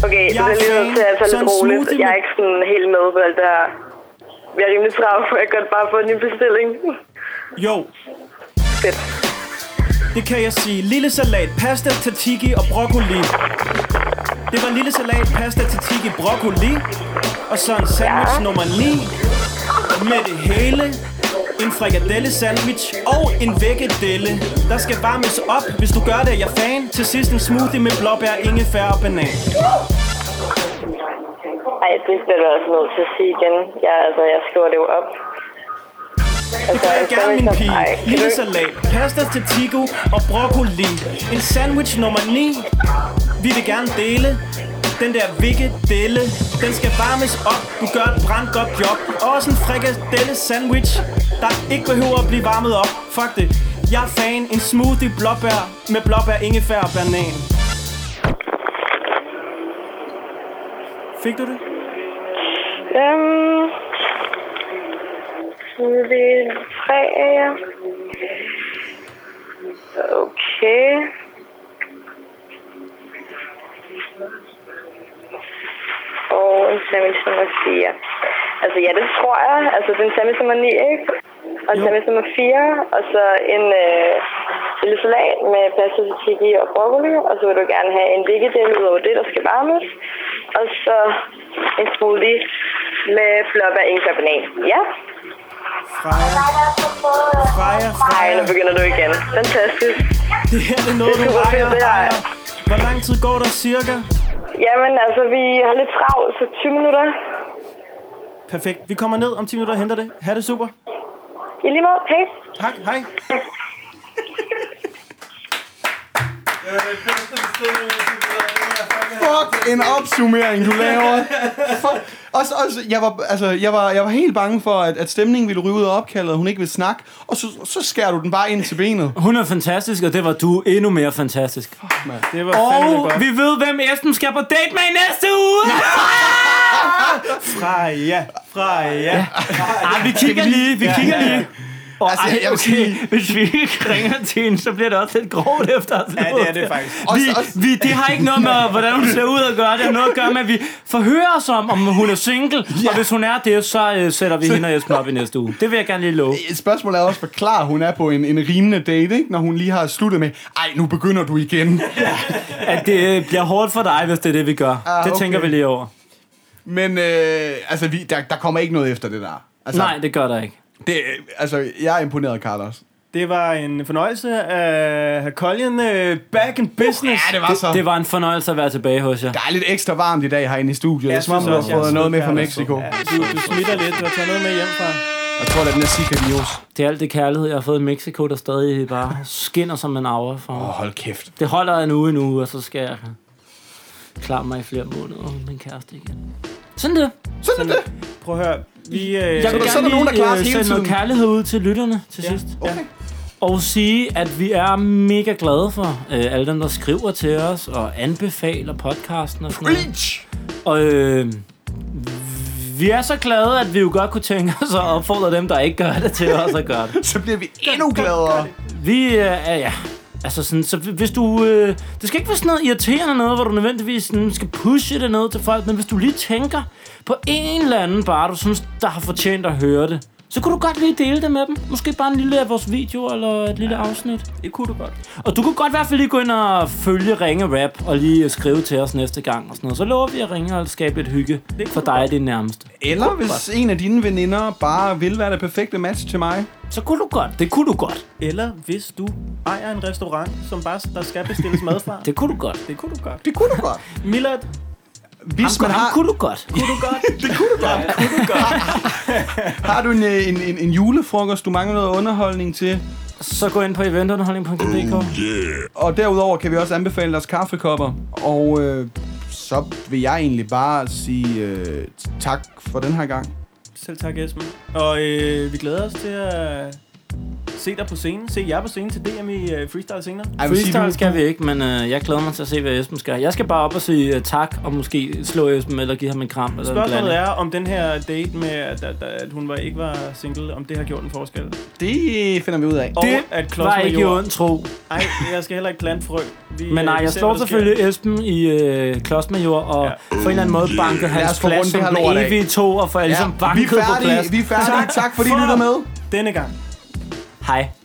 Speaker 11: Okay, så
Speaker 2: Jeg
Speaker 11: det
Speaker 2: er
Speaker 11: er lige nødt til at tage
Speaker 2: fan. Så
Speaker 11: lidt
Speaker 2: en
Speaker 11: roligt.
Speaker 2: smoothie
Speaker 11: Jeg er
Speaker 2: med-
Speaker 11: ikke sådan helt med på alt det her. Jeg er rimelig travlt, for jeg kan godt bare få en ny bestilling.
Speaker 2: Jo.
Speaker 11: Fedt.
Speaker 2: Det kan jeg sige. Lille salat, pasta, tatiki og broccoli. Det var lille salat, pasta, tatiki, broccoli. Og så en sandwich ja. nummer 9. Med det hele. En frikadelle sandwich og en vægedelle. Der skal varmes op, hvis du gør det, er jeg fan. Til sidst en smoothie med blåbær, ingefær og banan.
Speaker 11: Ej, det bliver du også nødt til at sige igen. Jeg, altså, jeg skriver det jo op. Altså,
Speaker 2: Jeg
Speaker 11: så
Speaker 2: gerne
Speaker 11: er
Speaker 2: min
Speaker 11: det så-
Speaker 2: pige.
Speaker 11: Ej, kan
Speaker 2: Lille
Speaker 11: du-
Speaker 2: salat, pasta til tico og broccoli. En sandwich nummer 9. Vi vil gerne dele. Den der vikkedelle, den skal varmes op. Du gør et brændt godt job. Også en frikadelle sandwich, der ikke behøver at blive varmet op. Fuck det. Jeg er fan. En smoothie blåbær med blåbær, ingefær og banan. Fik du det?
Speaker 11: Øhm... er Smoothie, Freja. Okay. Og en sandwich nummer 4. Altså ja, det tror jeg. Altså det er en sandwich nummer 9, ikke? Og en sandwich nummer 4. Og så en øh, lille salat med pasta tzatziki og broccoli. Og så vil du gerne have en vigedel ud over det, der skal varmes. Og så en smoothie med blåbær, ingefær og banan. Ja.
Speaker 2: Freja. Freja,
Speaker 11: Ej,
Speaker 2: Freja.
Speaker 11: nu begynder du igen. Fantastisk.
Speaker 2: Det her det er noget,
Speaker 11: Det er
Speaker 2: du
Speaker 11: super fedt,
Speaker 2: ejer.
Speaker 11: det her.
Speaker 2: Hvor lang tid går der cirka?
Speaker 11: Jamen altså, vi har lidt travlt, så 20 minutter.
Speaker 2: Perfekt. Vi kommer ned om 10 minutter og henter det. Ha' det super.
Speaker 11: I lige måde. Hej.
Speaker 2: Tak. Hej.
Speaker 3: Fuck en opsummering, du laver. Fuck. Også, også, jeg, var, altså, jeg, var, jeg var helt bange for, at, at stemningen ville ryge ud af opkaldet, og hun ikke ville snakke. Og så, så skærer du den bare ind til benet.
Speaker 1: Hun er fantastisk, og det var du endnu mere fantastisk.
Speaker 2: Det var fandme
Speaker 1: Og
Speaker 2: godt.
Speaker 1: vi ved, hvem Esben skal på date med i næste uge!
Speaker 2: Freja. Freja. Ja.
Speaker 1: Ej, Ah, vi kigger lige, vi kigger lige. Og
Speaker 3: Altså, jeg
Speaker 1: ej,
Speaker 3: vil
Speaker 1: okay,
Speaker 3: sige-
Speaker 1: hvis vi ikke ringer til hende, så bliver det også lidt grovt efter. Ja,
Speaker 2: det er det faktisk.
Speaker 1: Vi,
Speaker 3: Også- også-
Speaker 1: vi, det har ikke noget med, hvordan hun ser ud at gøre. Det har noget at gøre med, at vi forhører os om, om hun er single. Ja. Og hvis hun er det, så øh, sætter vi hende og Esben op i næste uge. Det vil jeg gerne lige love.
Speaker 3: Spørgsmålet er også, hvor klar hun er på en, en rimende date, ikke? når hun lige har sluttet med, ej, nu begynder du igen.
Speaker 1: At det øh, bliver hårdt for dig, hvis det er det, vi gør.
Speaker 3: Ah,
Speaker 1: det tænker
Speaker 3: okay.
Speaker 1: vi lige over.
Speaker 3: Men øh, altså, vi, der, der kommer ikke noget efter det der. Altså,
Speaker 1: Nej, det gør der ikke.
Speaker 3: Det, altså, jeg er imponeret, Carlos.
Speaker 2: Det var en fornøjelse at have Colin øh, back in business.
Speaker 3: Ja, det var så.
Speaker 1: Det var en fornøjelse at være tilbage hos jer.
Speaker 3: Der er lidt ekstra varmt i dag herinde i studiet. Jeg det er som om,
Speaker 2: synes
Speaker 3: du har
Speaker 2: også, jeg
Speaker 3: fået
Speaker 2: er
Speaker 3: noget med fra
Speaker 2: slut,
Speaker 3: Mexico.
Speaker 2: Ja, du, du smitter lidt. Du har taget noget med hjem fra.
Speaker 3: Jeg tror, at den er Sicarios.
Speaker 1: Det er alt det kærlighed, jeg har fået i Mexico, der stadig bare skinner som en aura for mig.
Speaker 3: Åh, hold kæft.
Speaker 1: Det holder en uge nu, og så skal jeg klare mig i flere måneder med min kæreste igen. Sådan det.
Speaker 3: Sådan er det.
Speaker 2: Prøv at høre. Vi, øh,
Speaker 1: Jeg vil
Speaker 3: der-
Speaker 1: gerne
Speaker 3: så er der
Speaker 1: lige,
Speaker 3: nogen, der klarer os
Speaker 1: øh,
Speaker 3: hele
Speaker 1: sende noget
Speaker 3: tiden.
Speaker 1: kærlighed ud til lytterne til
Speaker 2: Ja.
Speaker 1: sidst.
Speaker 3: Okay.
Speaker 1: og sige, at vi er mega glade for øh, alle dem, der skriver til os og anbefaler podcasten og sådan Preach! noget. Og øh, vi er så glade, at vi jo godt kunne tænke os at opfordre dem, der ikke gør det, til også at gøre det.
Speaker 3: så bliver vi endnu gladere.
Speaker 1: Vi øh, er, ja, altså sådan, så hvis du, øh, det skal ikke være sådan noget irriterende noget, hvor du nødvendigvis sådan, skal pushe det ned til folk, men hvis du lige tænker på en eller anden bare, du synes, der har fortjent at høre det, så kunne du godt lige dele det med dem. Måske bare en lille af vores video eller et lille afsnit. Det kunne du godt. Og du kunne godt i hvert fald lige gå ind og følge Ringe Rap og lige øh, skrive til os næste gang og sådan noget. Så lover vi at ringe og skabe et hygge for dig og din nærmeste.
Speaker 3: Eller hvis en af dine veninder bare vil være det perfekte match til mig.
Speaker 1: Så kunne du godt. Det kunne du godt.
Speaker 2: Eller hvis du ejer en restaurant, som bare der skal bestilles mad fra.
Speaker 1: Det kunne du godt.
Speaker 2: Det kunne du godt.
Speaker 3: Det kunne du godt.
Speaker 2: Milad,
Speaker 3: Hvis man har,
Speaker 1: Kunne du godt.
Speaker 2: kunne du godt?
Speaker 3: det kunne du godt. har du en, øh, en, en, en julefrokost, du mangler noget underholdning til?
Speaker 1: Så gå ind på eventunderholdning.dk.
Speaker 3: Og derudover kan vi også anbefale deres kaffekopper. Og øh, så vil jeg egentlig bare sige øh, tak for den her gang.
Speaker 2: Selv tak, Esben. Og øh, vi glæder os til at se dig på scenen. Se jer på scenen til DM i øh, freestyle senere.
Speaker 3: Ej, jeg vil sige,
Speaker 1: Freestyle
Speaker 3: du-
Speaker 1: skal vi ikke, men øh, jeg glæder mig til at se, hvad Esben skal. Jeg skal bare op og sige øh, tak, og måske slå Esben, eller give ham en kram. Eller en
Speaker 2: Spørgsmålet
Speaker 1: blanding.
Speaker 2: er, om den her date med, at, at, at hun var, ikke var single, om det har gjort en forskel.
Speaker 3: Det finder vi ud af.
Speaker 2: Og
Speaker 1: Det
Speaker 2: at Klods
Speaker 1: var ikke i
Speaker 2: Major...
Speaker 1: ond tro.
Speaker 2: Nej, jeg skal heller ikke plante frø. Vi,
Speaker 1: Men nej,
Speaker 2: øh, vi
Speaker 1: jeg
Speaker 2: ser,
Speaker 1: slår
Speaker 2: hvad der sker.
Speaker 1: selvfølgelig Esben i øh, klodsmajor, og
Speaker 2: Ja.
Speaker 1: ja. på en eller anden måde banker
Speaker 3: Lad os
Speaker 1: hans
Speaker 3: få
Speaker 1: plads
Speaker 3: rundt det
Speaker 1: som
Speaker 3: her
Speaker 1: den
Speaker 3: lort af.
Speaker 1: evige to, og får ja. ligesom
Speaker 3: vi
Speaker 1: banket
Speaker 3: er
Speaker 1: på plads.
Speaker 3: færdige. Vi er færdige. Tak fordi I
Speaker 2: for
Speaker 3: lytter med.
Speaker 2: Denne gang.
Speaker 1: Hej.